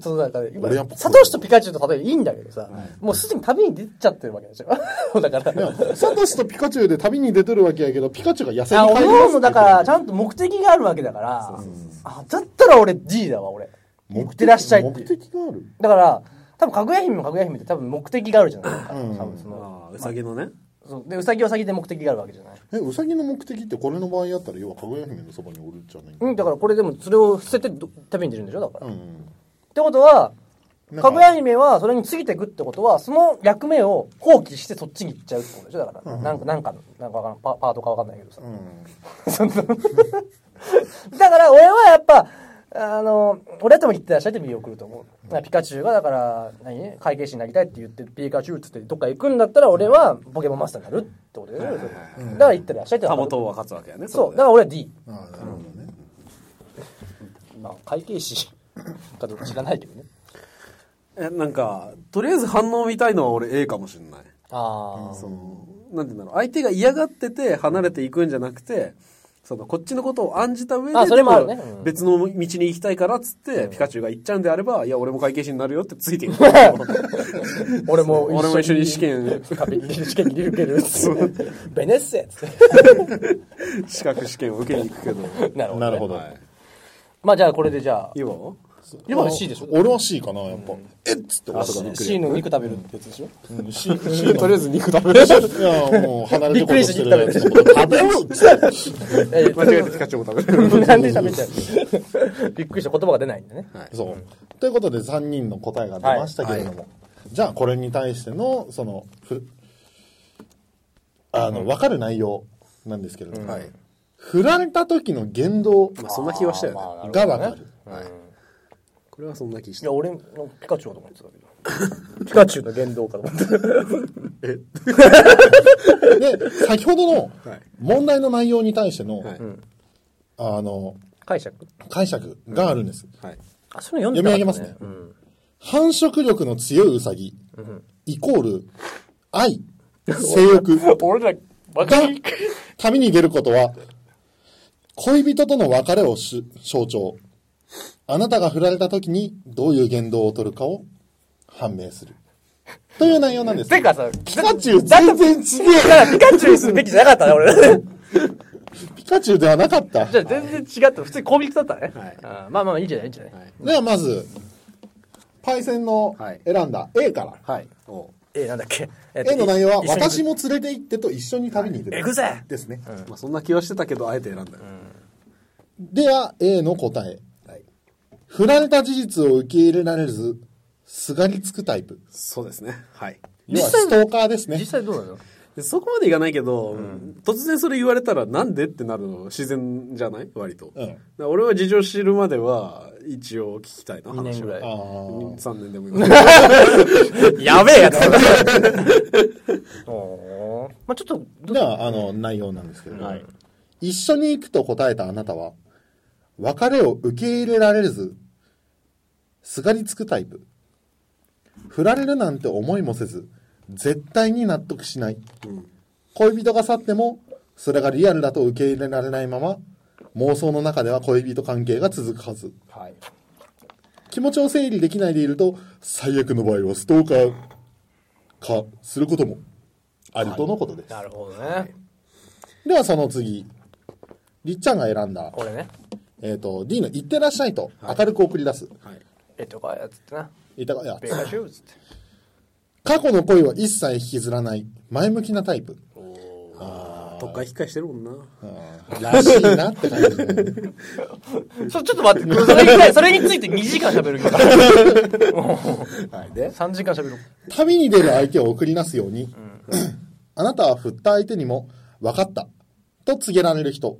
Speaker 3: そのなんかね、今
Speaker 4: 俺やっぱ、
Speaker 3: サトシとピカチュウと例えばいいんだけどさ、もうすでに旅に出ちゃってるわけでしょ だから。
Speaker 4: サトシとピカチュウで旅に出てるわけやけど、ピカチュウが野生
Speaker 3: あ、
Speaker 4: に
Speaker 3: お
Speaker 4: 帰り
Speaker 3: の
Speaker 4: ます
Speaker 3: もだから、ちゃんと目的があるわけだから、あ、だったら俺 D だわ、俺。
Speaker 4: 目的
Speaker 3: ってらっしゃいってい
Speaker 4: 目
Speaker 3: う
Speaker 4: 的がある。
Speaker 3: だから、多分、かぐや姫もかぐや姫って多分目的があるじゃない多分その、
Speaker 1: ああ、うさぎのね。
Speaker 3: そうで、うさぎはうさぎで目的があるわけじゃない。
Speaker 4: え、ウサギの目的ってこれの場合やったら、要はかぐや姫のそばにおるじゃない
Speaker 3: うん、だからこれでもそれを捨ててど旅に出るんでしょだから。
Speaker 4: う
Speaker 3: っ
Speaker 4: ん。
Speaker 3: てことは、
Speaker 4: なん
Speaker 3: か
Speaker 4: か
Speaker 3: ぐや姫はそれについてくってことは、その役目を放棄してそっちに行っちゃうってことでしょだから、なんか、なんか、なんかわからんパパートかわかんないけどさ。 だから俺はやっぱ、あの、俺だとも行ってらっしゃいって見送ると思う。ピカチュウがだから、何会計士になりたいって言って、ピカチュウっつってどっか行くんだったら俺はポケモンマスターになるってことでしょだから行ってらっしゃいって
Speaker 1: タ
Speaker 3: わか
Speaker 1: モ
Speaker 3: る
Speaker 1: トは勝つわけやね。
Speaker 3: そう、だ
Speaker 1: こで
Speaker 3: から俺は D。
Speaker 4: ああ、なるほどね。
Speaker 3: まあ、会計士かどっちかないけどね。
Speaker 1: え、なんか、とりあえず反応見たいのは俺 A かもしれない。
Speaker 3: ああ、
Speaker 1: その、なんて言うんだろう。相手が嫌がってて離れていくんじゃなくて、その、こっちのことを案じた上で、
Speaker 3: あそれもあるねうん
Speaker 1: 別の道に行きたいからっつって、ピカチュウが行っちゃうんであれば、いや、俺も会計士になるよってついていく。
Speaker 3: 俺も
Speaker 1: 俺も一緒に試験、
Speaker 3: 壁に試験に受けるっつってベネッセっつっ
Speaker 1: 資格試験を受けに行くけど。
Speaker 3: て。なるほどね、
Speaker 4: なるほど。
Speaker 3: まあじゃあこれでじゃあ、
Speaker 1: 今
Speaker 4: 今
Speaker 3: 今 C でしょ
Speaker 4: 俺は C かな、やっぱ。えっつって
Speaker 1: あそうかびっくり
Speaker 3: C の肉食べるってやつでしょ
Speaker 4: うん C、C
Speaker 1: と
Speaker 4: の
Speaker 1: りあえず肉食べましょう
Speaker 4: いや、もう離れてこうとしてるやつ
Speaker 3: び
Speaker 4: のこと食べろっつって。
Speaker 1: 間違えてピカチュウも食べる
Speaker 3: なんで喋っちゃ うびっくりした言葉が出ないんでね
Speaker 4: そう。ということで、3人の答えが出ましたけれども。じゃあ、これに対しての、その、ふあの、わかる内容なんですけれども。振られた時の言動
Speaker 1: まあそんな気はしたよね
Speaker 4: がわかる。
Speaker 1: これはそんな気し
Speaker 3: い
Speaker 1: た
Speaker 3: や俺のピカチュウだと思ってたけどピカチュウの言動かと思ってた
Speaker 4: で、先ほどの
Speaker 1: はい
Speaker 4: 問題の内容に対しての、
Speaker 1: はい
Speaker 4: あの、
Speaker 3: 解釈
Speaker 4: 解釈があるんです。
Speaker 1: はい
Speaker 3: あそれ読んで
Speaker 4: 読み上げますね。繁殖力の強いウサギ、イコール、愛、性 欲、
Speaker 3: 俺らバ
Speaker 4: が、旅に出ることは、恋人との別れをし象徴。あなたが振られた時にどういう言動を取るかを判明する。という内容なんです。
Speaker 3: てかさ
Speaker 4: ピカチュウ全然ちげえ
Speaker 3: だからピカチュウにするべきじゃなかったね 俺らね
Speaker 4: ピカチュウではなかった。
Speaker 3: じゃあ全然違った普通にコミックだったね
Speaker 1: はい
Speaker 3: あーまあまあいいんじゃないいいんじゃない
Speaker 4: ではまず、パイセンの
Speaker 1: はい
Speaker 4: 選んだ A から。
Speaker 1: はいお
Speaker 3: えなんだっけえっと
Speaker 4: A の内容は、
Speaker 3: 一緒に
Speaker 4: 私も連れて行ってと一緒に旅に出る。
Speaker 3: 行くぜ
Speaker 4: ですね。
Speaker 1: まあそんな気はしてたけどあえて選んだよ
Speaker 4: では A の答え、振られた事実を受け入れられずすがりつくタイプ
Speaker 1: そうですねはい
Speaker 4: 要はストーカーですね
Speaker 3: 実際どうなの
Speaker 1: でそこまでいかないけど、突然それ言われたらなんでってなるの自然じゃない割と、だから俺は事情知るまでは一応聞きたいな
Speaker 3: 2年
Speaker 1: 話
Speaker 3: ぐら
Speaker 1: はい
Speaker 4: あ
Speaker 1: 3年でもいいから
Speaker 3: やべえ やつおーまあちょっと
Speaker 4: あではあの内容なんですけど、一緒に行くと答えたあなたは別れを受け入れられずすがりつくタイプ振られるなんて思いもせず絶対に納得しない、恋人が去ってもそれがリアルだと受け入れられないまま妄想の中では恋人関係が続くはず
Speaker 3: はい
Speaker 4: 気持ちを整理できないでいると最悪の場合はストーカー化することもあるとのことです、
Speaker 3: なるほどね
Speaker 4: ではその次りっちゃんが選んだ、
Speaker 3: これね
Speaker 4: えー、と D の「いってらっしゃい」と明るく送り出す、
Speaker 3: えとかやつってない
Speaker 4: たがいや
Speaker 3: ピカチュウっつって
Speaker 4: 過去の恋は一切引きずらない前向きなタイプ
Speaker 1: 特会控えしてるもんな
Speaker 4: らしいなって感じで
Speaker 3: そちょっと待って、それに対それについて2時間喋る から。3時間喋る。
Speaker 4: 旅に出る相手を送り出すように、あなたは振った相手にも、分かった、と告げられる人。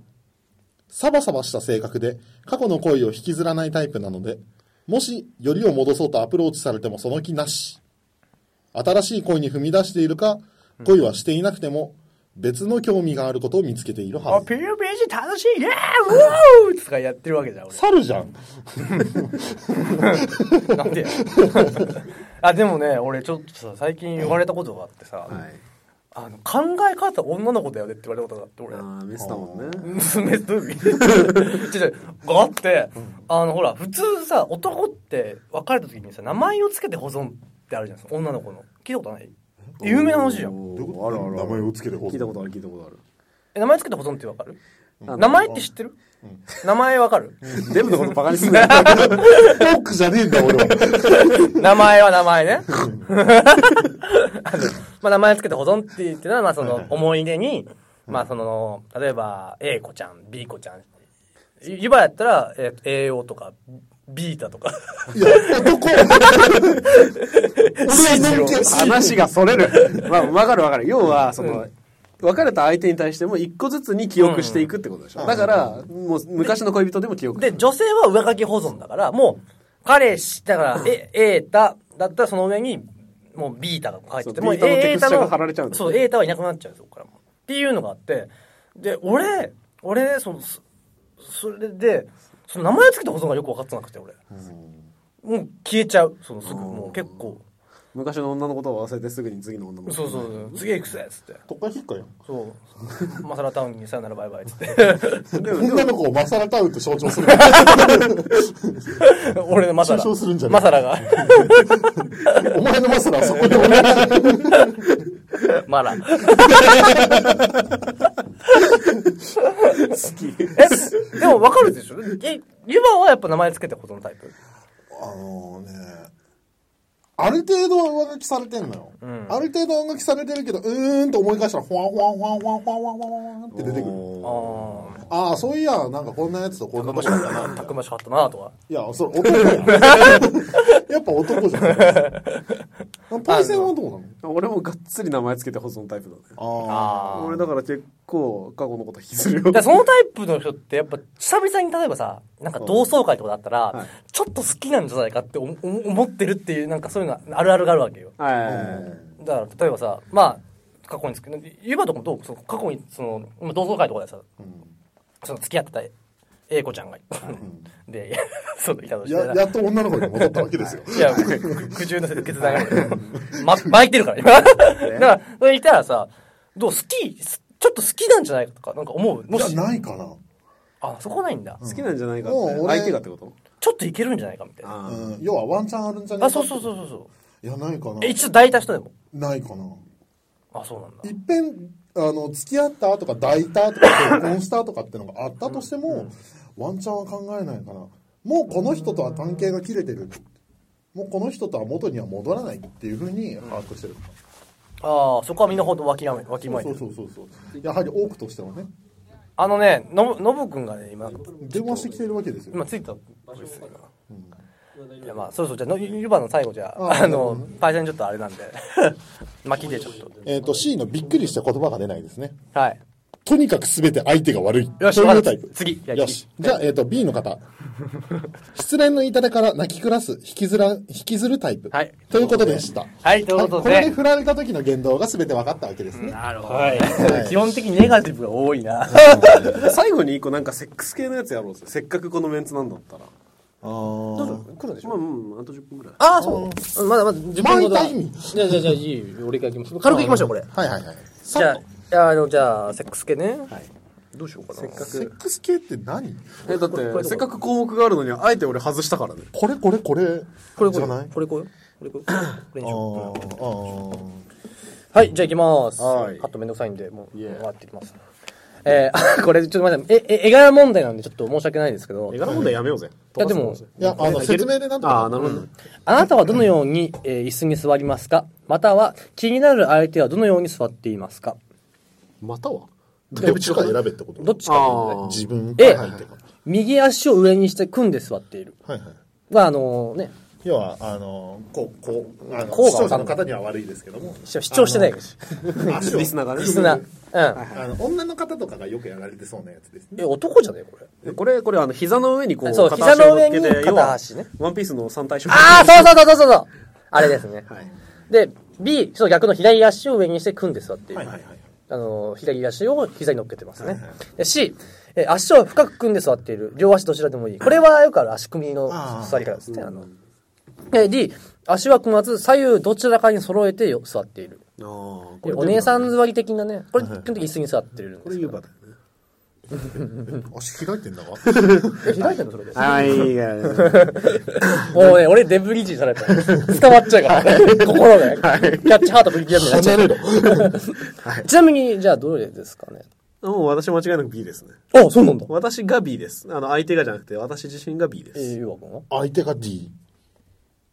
Speaker 4: サバサバした性格で、過去の恋を引きずらないタイプなので、もし、よりを戻そうとアプローチされてもその気なし。新しい恋に踏み出しているか、恋はしていなくても、別の興味があることを見つけているはず。
Speaker 3: ピューピージ楽し いイエーウォーとかやってるわけじゃん、
Speaker 4: 猿じゃん。
Speaker 3: 俺。なんでや あ、でもね、俺ちょっとさ、最近言われたことがあってさ、
Speaker 1: はい
Speaker 3: あの考え方女の子だよねって言われたことがあって、俺。
Speaker 1: ああメスだもんね
Speaker 3: 娘とみたいな。ちょっと、があって、あの、ほら、普通さ、男って別れた時にさ、名前をつけて保存ってあるじゃないですか、女の子の。聞いたことない有名な話じゃん。
Speaker 1: おーあるあるある
Speaker 7: 前をつけてほ
Speaker 1: 聞いたことある聞いたことある
Speaker 3: え名前つけて保存ってわかる、名前って知ってる、名前わかる、
Speaker 1: デブのことバカにすんなよ
Speaker 4: トークじゃねえんだ、俺は。
Speaker 3: 名前は名前ね。あのまあ、名前つけて保存って言ってのは、まあ、その思い出に、まあ、その、例えば、A 子ちゃん、B 子ちゃん。ゆばやったら、えー、栄養とか、ビータとか。
Speaker 4: いや、男俺はのんけ
Speaker 1: 話がそれるまあわかるわかる要はその、別れた相手に対しても一個ずつに記憶していくってことでしょ、だから、もう昔の恋人でも記憶
Speaker 3: で、女性は上書き保存だから、もう、彼氏、だから、え、エータだったらその上に、もうビータが書いてて、
Speaker 1: そう
Speaker 3: もう
Speaker 1: ビータのテクスチャー
Speaker 3: エ
Speaker 1: が
Speaker 3: ータの
Speaker 1: 貼られちゃうんだ
Speaker 3: そう、エータはいなくなっちゃうそこからもう。っていうのがあって、で、俺、俺ね、その、そそれで、その名前つけた保存がよく分かってなくて、俺。もう消えちゃう。そのすぐ、もう結構。
Speaker 1: 昔の女のことを忘れてすぐに次の女の子
Speaker 3: そうそうそう。次へ行くぜっつって。
Speaker 4: とか引っかよ。
Speaker 3: そう。マサラタウンにさよならバイバイっつって。
Speaker 4: 女の子をマサラタウンと象徴する。
Speaker 3: 俺のマサラ。
Speaker 4: 中傷するんじゃな
Speaker 3: マ
Speaker 4: い
Speaker 3: サラが。
Speaker 4: お前のマサラはそこに俺が
Speaker 3: マラ。好き。え、でも分かるでしょえ、ユバはやっぱ名前つけて保存タイプ。
Speaker 4: あのね、ある程度は上書きされてんのよ。ある程度は上書きされてるけど、うーんと思い返したら、ほわんほわんほわんほわんほわんほわんほわんって出てくる。
Speaker 8: あ
Speaker 4: ああ、そういや、なんかこんなやつとこんな場所だったな。
Speaker 8: あ、たくましかったなとは。
Speaker 4: いや、それ男やん。 やっぱ男 じゃないパイセンはどうなの
Speaker 1: 俺もがっつり名前つけて保存タイプだね。
Speaker 4: あ
Speaker 8: あ
Speaker 1: 俺だから結構過去のこと引きずるよ。
Speaker 8: そのタイプの人ってやっぱ久々に例えばさ、なんか同窓会とかだったら、
Speaker 1: はい
Speaker 8: ちょっと好きなんじゃないかって思思ってるっていう、なんかそういうのあるあるがあるわけよ。
Speaker 1: はい。
Speaker 8: だから例えばさ、まあ、過去につく、ゆばとかもどうその過去にその、まあ同窓会とかでさ、その付き合ってた A 子ちゃんが、で、い やそうだ、いたと
Speaker 4: あ。
Speaker 8: して
Speaker 4: や、やっと女の子に戻ったわけで すよ。
Speaker 8: いや、く苦渋の決断が、 ま、巻いてるから、今。だから、それ言ったらさ、どう、好き、すちょっと好きなんじゃないかとか、なんか思う。も
Speaker 4: い
Speaker 8: し
Speaker 4: や、、ないかな。
Speaker 8: あ、そこないんだ。
Speaker 1: 好きなんじゃないかっ
Speaker 4: もう
Speaker 1: て。
Speaker 4: 俺
Speaker 1: 相手がってこと
Speaker 8: ちょっといけるんじゃないかみたいな。
Speaker 1: あー
Speaker 4: うん。要はワンチャンあるんじゃない。
Speaker 8: あ、そうそうそうそうそう
Speaker 4: いや、ないかな
Speaker 8: う。え。一応抱いた人でも。
Speaker 4: ないかな。
Speaker 8: あ、そうなんだ。
Speaker 4: いっぺん、あの、付き合ったとか抱いたとか結婚したとかってのがあったとしても、ワンチャンは考えないかな。もうこの人とは関係が切れてる。もうこの人とは元には戻らないっていうふうに把握してる。
Speaker 8: ああ、そこはみんなほんとわきらめ、わきまえて
Speaker 4: そう
Speaker 8: る。
Speaker 4: そうそうそう。やはり多くとしてはね、
Speaker 8: あのね、のぶ、のぶくんがね、今、
Speaker 4: 電話してきてるわけですよ。
Speaker 8: 今ついた声ですね、今。いや、まあ、そうそう、じゃあ、のゆばの最後じゃあ、あの、パイセンちょっとあれなんで、 巻きでちょっと。
Speaker 4: えっ、と、C のびっくりした言葉が出ないですね。
Speaker 8: はい。
Speaker 4: とにかく全て相手が悪い。
Speaker 8: よし
Speaker 4: そうい
Speaker 8: わ
Speaker 4: う
Speaker 8: か
Speaker 4: タ
Speaker 8: っ
Speaker 4: イ
Speaker 8: た
Speaker 4: プ。
Speaker 8: 次じゃあ
Speaker 4: よし。じゃあ、えっ、と、B の方。失恋の痛手から泣き暮らす、引きずら、引きずるタイプ。
Speaker 8: はい
Speaker 4: ということでした。
Speaker 8: はい、ということ
Speaker 4: これで
Speaker 8: で。
Speaker 4: 振られた時の言動が全て分かったわけですね。
Speaker 8: なるほど。基本的にネガティブが多いな。
Speaker 1: 最後に一個なんかセックス系のやつやろうぜ。せっかくこのメンツなんだったら。
Speaker 3: 来るでしょ
Speaker 1: まあ、うん、あと10分ぐらい。
Speaker 3: ああ、そう。まだまだ10分ほどだ。
Speaker 4: 巻いた意味
Speaker 3: じゃあじゃあじゃあいいよ俺から行きます。軽く行きましょう、これ。
Speaker 4: はいはいはい。
Speaker 8: じゃあ、じゃあ、あの、じゃあ、セックス系ね。どうしようかな。
Speaker 4: セックス系って何
Speaker 1: え、だって、せっかく項目があるのに、あえて俺外したからね。
Speaker 4: これこれこれ。
Speaker 3: これこ
Speaker 4: じ
Speaker 3: れ
Speaker 4: ゃない
Speaker 3: これこれこれこれ これにし
Speaker 4: あ
Speaker 3: よう
Speaker 4: ー
Speaker 3: はい、じゃあ行きます。
Speaker 1: はい
Speaker 3: カットめんどくさいんで、もう、回ってきます。え ー、これちょっと待って、え、え、絵柄問題なんでちょっと申し訳ないですけど、い
Speaker 1: 絵柄問題やめようぜ。
Speaker 3: やでも、
Speaker 4: いや、あの、説明でなんと
Speaker 1: ああ、
Speaker 4: か。
Speaker 1: なるほど。
Speaker 3: あなたはどのように、えー椅子に座りますかまたは、気になる相手はどのように座っていますか
Speaker 1: または
Speaker 4: どっちか選べってこ
Speaker 3: ど
Speaker 4: と
Speaker 3: っちかというとね。
Speaker 4: 自分
Speaker 3: え
Speaker 4: 相手か。
Speaker 3: 右足を上にして組んで座っている。
Speaker 4: はいはい。
Speaker 3: は、あのね、
Speaker 4: 要は、あの、こう、こう、あの
Speaker 3: こうが
Speaker 4: 視聴者の方には悪いですけども、
Speaker 3: 主張してないです。
Speaker 4: 足を
Speaker 1: リスナーがね。
Speaker 3: リスナー。うん。
Speaker 4: あの、女の方とかがよくやられてそうなやつですね。
Speaker 3: え、男じゃねこれ。
Speaker 1: これ、これ、あの、膝の上にこう、
Speaker 3: そう
Speaker 1: 片足を乗っけて
Speaker 3: 膝の上に
Speaker 1: 要は
Speaker 3: 片足ね
Speaker 1: ワンピースの三対称。
Speaker 3: ああ、そうそうそうそうそうそう。あれですね。
Speaker 1: はい。
Speaker 3: で、B、その逆の左足を上にして組んで座っている。
Speaker 4: いはい。
Speaker 3: あの、左足を膝に乗っけてますね。で C、えー足を深く組んで座っている。両足どちらでもいい。これはよくある足組みの
Speaker 4: あー
Speaker 3: 座り方ですね。あので D、足は組まず左右どちらかに揃えてよ座っている。
Speaker 1: あーこ
Speaker 3: で
Speaker 1: れ、
Speaker 3: お姉さん座り的なね、これ基本的に椅子に座ってるん
Speaker 1: こ
Speaker 3: で
Speaker 1: れ
Speaker 3: す
Speaker 1: ユ
Speaker 3: よ。
Speaker 1: ーバだよね。
Speaker 4: 足開いてんだわ。
Speaker 3: 開いてるのそれで。
Speaker 1: はい、いやいや
Speaker 3: もうね、俺デブリーチされた。捕まっちゃうから、心で。キャッチハートブリキャッチになっちゃう。ちなみに、じゃあどれですかね。
Speaker 1: もう私間違いなく B ですね。
Speaker 3: あ、そうなんだ。
Speaker 1: 私が B です。あの、相手がじゃなくて、私自身が B で
Speaker 3: えー、
Speaker 1: す。
Speaker 3: ゆうわくんは
Speaker 4: 相手が D。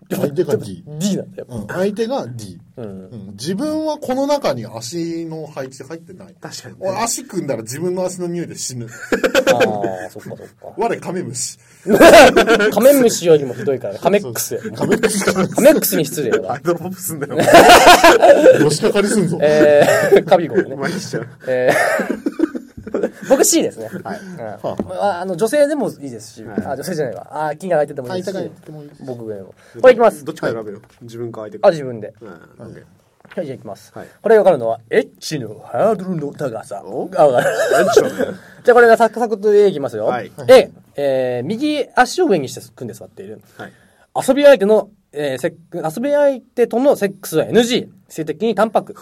Speaker 4: 相手が D。
Speaker 3: ?D なんだよ。
Speaker 4: うん、相手が D、うん自分はこの中に足の配置入ってない。
Speaker 1: 確かに
Speaker 4: 俺足組んだら自分の足の匂いで死 ぬ。
Speaker 3: ああ、そっかそっか。
Speaker 4: 我カメムシ。
Speaker 3: カメムシよりもひどいからね。カメックスよりも。
Speaker 4: カメムシが
Speaker 3: カメックスに失礼よ
Speaker 1: ア
Speaker 3: な
Speaker 1: イ。ドルポップすんだよ。
Speaker 4: のしかかりすんぞ。
Speaker 3: えー、カビゴ ンね。
Speaker 1: 毎日しちゃう。
Speaker 3: えー、 僕 C ですね。はい。うんまあ、あの、女性でもいいですし、あ、女性じゃないわ。あ、金が空いててもいい
Speaker 4: 相
Speaker 3: ですし
Speaker 4: 手が、でもいいです
Speaker 3: 僕でも。これいきます
Speaker 1: ど。っちか選べよ。自分か相手
Speaker 3: あ、
Speaker 1: か。
Speaker 3: 自分で。
Speaker 1: うん、オッケー
Speaker 3: はい、じゃあいきます。
Speaker 1: はい
Speaker 3: これわかるのは、エッチのハードルの高さ。
Speaker 1: お
Speaker 3: あ、わかる。 じゃあこれがサクサクと A いきますよ。
Speaker 1: はい
Speaker 3: A、えー、右足を上にして組んで座っている。
Speaker 1: はい。
Speaker 3: 遊び相手の、えー、セック遊び相手とのセックスは NG。性的に淡白。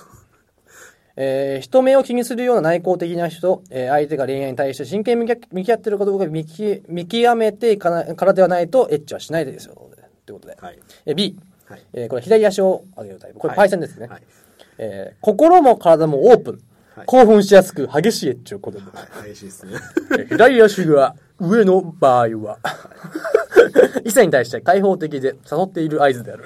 Speaker 3: えー、人目を気にするような内向的な人、えー、相手が恋愛に対して真剣に向き合向き合ってるかどうか見き見極めていかなからではないとエッチはしないですよ。ということで。
Speaker 1: はい
Speaker 3: えー B、
Speaker 1: はい
Speaker 3: えーこれ左足を上げるタイプ。これ
Speaker 1: はい
Speaker 3: パイセンですね。
Speaker 1: はい
Speaker 3: えー心も体もオープン。
Speaker 1: はい
Speaker 3: 興奮しやすく激しいエッチを好む。
Speaker 1: はい、怪しいですね。
Speaker 3: えー左足が上の場合は、 異性に対して開放的で誘っている合図である。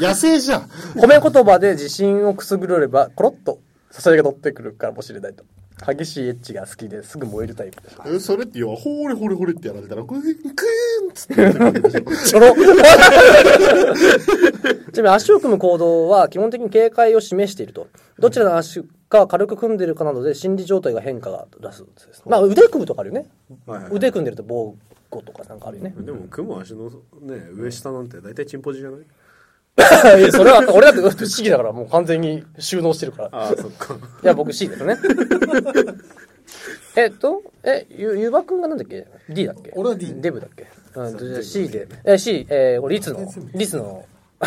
Speaker 4: 野生じゃん。
Speaker 3: 褒め言葉で自信をくすぐられば、コロッと誘いが取ってくるかもしれないと。激しいエッチが好きですぐ燃えるタイプです。
Speaker 4: えそれって要は、ほれほれほれってやられたら、クーン、クーンっつってやってくるでしょ。
Speaker 3: ちょろちなみに足を組む行動は基本的に警戒を示していると。どちらの足か軽く組んでるかなどで心理状態が変化が出すんです。まあ腕組むとかあるよね。
Speaker 1: はいはい
Speaker 3: 腕組んでると防護とかなんかあるよね。
Speaker 1: でも、雲足のね、上下なんて大体チンポジじゃない
Speaker 3: いやそれは、俺だって不思議だからもう完全に収納してるから。
Speaker 1: ああ、そっか。
Speaker 3: いや、僕 C ですね。 えっと、え、ゆ、ゆばくんがなんだっけ ?D だっけ
Speaker 4: 俺は D
Speaker 3: デブだっけうん、じゃあ C で。え、C、えー、これ、リツの、リツの、 あ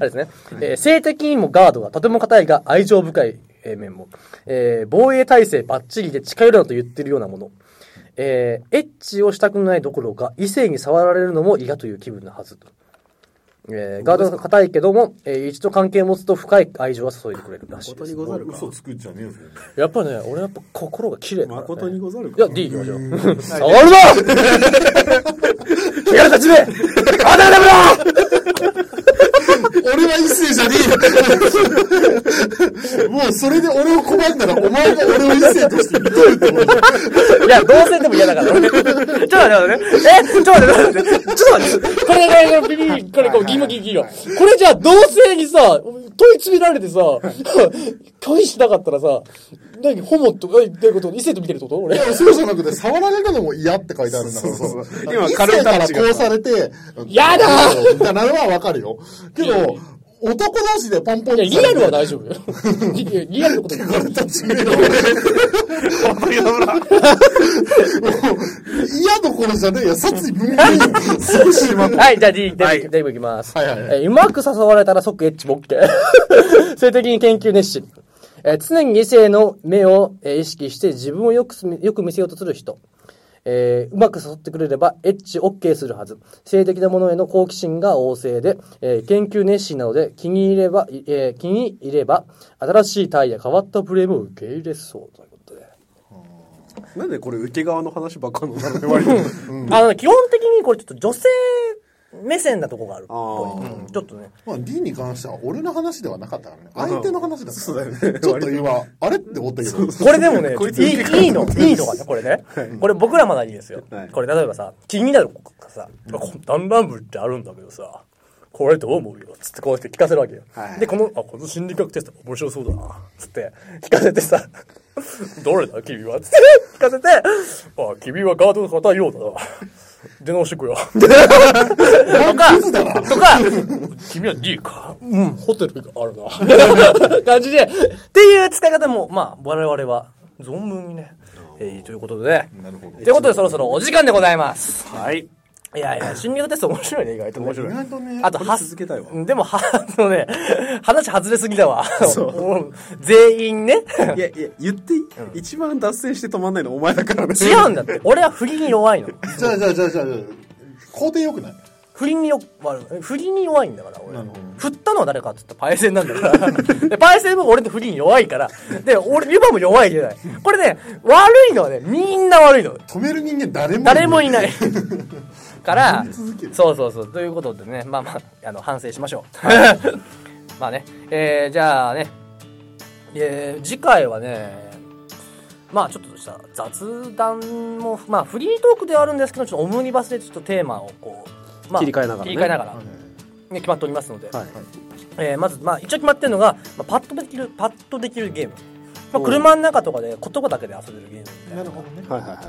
Speaker 3: れですね。えー性的にもガードがとても硬いが愛情深い、えー面も。えー防衛体制バッチリで近寄るなと言ってるようなもの。えーエッチをしたくないどころか、異性に触られるのも嫌という気分のはずと。えーガードが硬いけども、えー一度関係を持つと深い愛情が注いでくれるらしいです
Speaker 1: 誠にござるか。
Speaker 4: 嘘つくんじゃねえぞ。
Speaker 3: やっぱね、俺やっぱ心が綺麗だから、ね。
Speaker 1: 誠にござるか。
Speaker 3: いや、D 行きましょう。触るな気が立ちめあだだめだ
Speaker 4: 俺は一世じゃねえよ。 もうそれで俺を拒んだら、お前が俺を一世として認めるってことだ
Speaker 3: いや、同性でも嫌だから。ちょっと待って、ちょっと待って。え、ちょっと待って、ちょっと待って。これ、これ、ビビビこれ、こう、ギモギギよ。これじゃあ、同性にさ、問い詰められてさ、恋しなかったらさ、何、ホモと、えどういうこと異性と見てるってこと俺。
Speaker 4: いやそうじゃなくて、触られるのも嫌って書いてあるんだからさ。
Speaker 1: 今
Speaker 4: 一
Speaker 1: 軽い
Speaker 4: 世
Speaker 1: タ
Speaker 4: か
Speaker 1: ッ
Speaker 4: ら
Speaker 1: チ
Speaker 4: こ
Speaker 1: が
Speaker 4: うされて、
Speaker 3: やだ
Speaker 4: みたいなのはわかるよ。けど、男同士でポンポン
Speaker 3: いや、リアルは大丈夫よ。リリアルのこと言って
Speaker 4: 俺た ち目の嫌どころじゃねえよ。殺意文明。 すぐ死ぬまで
Speaker 3: はい、じゃあ D、デブ、デブいきます。
Speaker 4: はいはいは
Speaker 3: えーうまく誘われたら即エッチも OK。性 的に研究熱心。えー常に異性の目を、えー意識して自分をよくすよく見せようとする人。えーうまく誘ってくれればエッチ OK するはず。性的なものへの好奇心が旺盛で、えー研究熱心なので気に入れば、いえー気に入れば新しいタイや変わったプレーも受け入れそうということで。
Speaker 1: なんでこれ受け側の話ばっかりなのね、割 と。
Speaker 3: あの、基本的にこれちょっと女性目線なとこがあるっぽい
Speaker 1: あ
Speaker 3: うんちょっとね。
Speaker 4: まあ、D に関しては俺の話ではなかったからね。相手の話だったからね。
Speaker 1: そうだよね
Speaker 4: ちょっと今、あれって思ったけど。
Speaker 3: これでもね、
Speaker 1: こいつ
Speaker 3: いいい いの、いいのがね、これね。これ僕らまだいいですよ
Speaker 1: はい。
Speaker 3: これ例えばさ、気になる子がさ、こん弾丸部ってあるんだけどさ、これどう思うよつってこうやって聞かせるわけよ。
Speaker 1: はい
Speaker 3: で、この、あ、この心理学テスト面白そうだな。つって、聞かせてさ、 どれだ君はつって、聞かせて、あ、君はガードが硬いようだな。出直して くよ。とか、とか、君は D か。うん、ホテルがあるな。 感じで、っていう使い方も、まあ、我々は、存分にね、えーということで、なるほど。ということで、そろそろお時間でございます。
Speaker 1: はい。
Speaker 3: いやいや、心理学テスト面白いね、意外と、ね。面白
Speaker 4: 意外とね、
Speaker 3: あと、は、
Speaker 1: 続けたいわ
Speaker 3: でも、は、あのね、話外れすぎだわ。そう。全員ね。
Speaker 1: いやいや、言っていい、一番脱線して止まんないのお前だからね。
Speaker 3: 違うんだって。俺は不倫に弱いの。
Speaker 4: じゃあじゃあじゃあじゃあ、肯定良くない
Speaker 3: 不倫によ、まあ不倫に弱いんだから、俺。振ったのは誰かって言ったらパイセンなんだから。でパイセンも俺と不倫弱いから。で、俺、ユバも弱いじゃない。これね、悪いのはね、みんな悪いの。
Speaker 4: 止める人間誰も
Speaker 3: 誰もい ない。から
Speaker 4: 続け、る
Speaker 3: そうそうそう。ということでね、まあまあ、あの反省しましょ う。まあね、えー、じゃあね、えー、次回はね、まあちょっとした雑談も、まあフリートークではあるんですけど、ちょっとオムニバスでちょっとテーマをこう、まあ、
Speaker 1: 切り替えながらね
Speaker 3: 切り替えながらね、決まっておりますので、
Speaker 1: はい。
Speaker 3: えーまず、まあ、一応決まってるのが、まあ、パッとできる、パッとできるゲーム。まあ、車の中とかで言葉だけで遊べるゲームみたいな
Speaker 4: なるほどね。
Speaker 1: はいはいはい。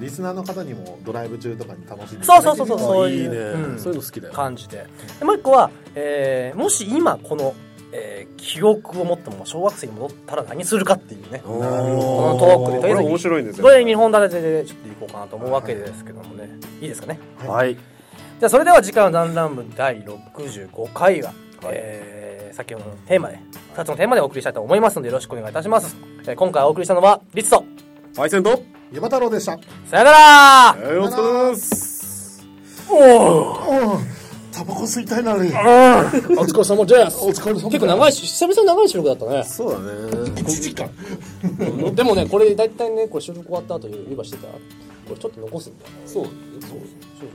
Speaker 4: リスナーの方にもドライブ中とかに楽しんでい
Speaker 3: そ
Speaker 4: た
Speaker 3: うそ
Speaker 4: だ
Speaker 3: うそ
Speaker 4: け
Speaker 3: う
Speaker 4: る
Speaker 3: そう、
Speaker 4: よ
Speaker 3: そう
Speaker 1: い
Speaker 3: い。
Speaker 1: いうね、
Speaker 3: ん
Speaker 1: そういうの好きだよ。
Speaker 3: 感じででもう一個は、えーもし今この、えー記憶を持ったまま小学生に戻ったら何するかっていうね
Speaker 1: お
Speaker 3: この
Speaker 1: ー
Speaker 3: トークでと
Speaker 1: こ
Speaker 3: り
Speaker 1: れ
Speaker 3: あえず
Speaker 1: 面白いんです
Speaker 3: こ
Speaker 1: よ。
Speaker 3: れ日本立てでちょっと行こうかなと思うわけですけどもねいいですかね
Speaker 1: はい。
Speaker 3: じゃあそれでは次回の「ダンラン部」第65回は、えー先ほどのテーマで2つのテーマでお送りしたいと思いますのでよろしくお願いいたします、えー今回お送りしたのはリツと
Speaker 1: パイセンと、
Speaker 4: 山太郎でした。
Speaker 3: さよなら
Speaker 1: えー、お疲れ様です。
Speaker 4: タバコ吸いたいなね。
Speaker 3: お疲れ様です
Speaker 4: お疲れ様
Speaker 3: 結構長いし久々に長い収録だったね
Speaker 1: そうだね。
Speaker 4: 1時間。
Speaker 3: でもねこれ大体ねこれ収録終わった後ユーバしてたこれちょっと残すんだよ
Speaker 4: そうそう
Speaker 3: そう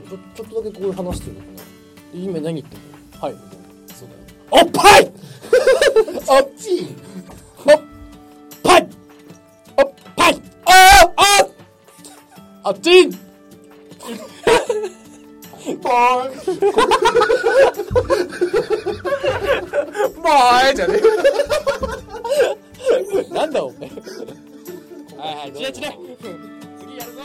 Speaker 3: そうちょちょっとだけここで話してるのかな今何言ってんのはい
Speaker 4: そうだ
Speaker 3: お
Speaker 4: よ
Speaker 3: っぱい
Speaker 4: あっち
Speaker 3: おっぱいおっぱいああああっちん
Speaker 4: バーン
Speaker 3: ばーいじゃね哎えなんだお前はいはいチレチレ次やるぞ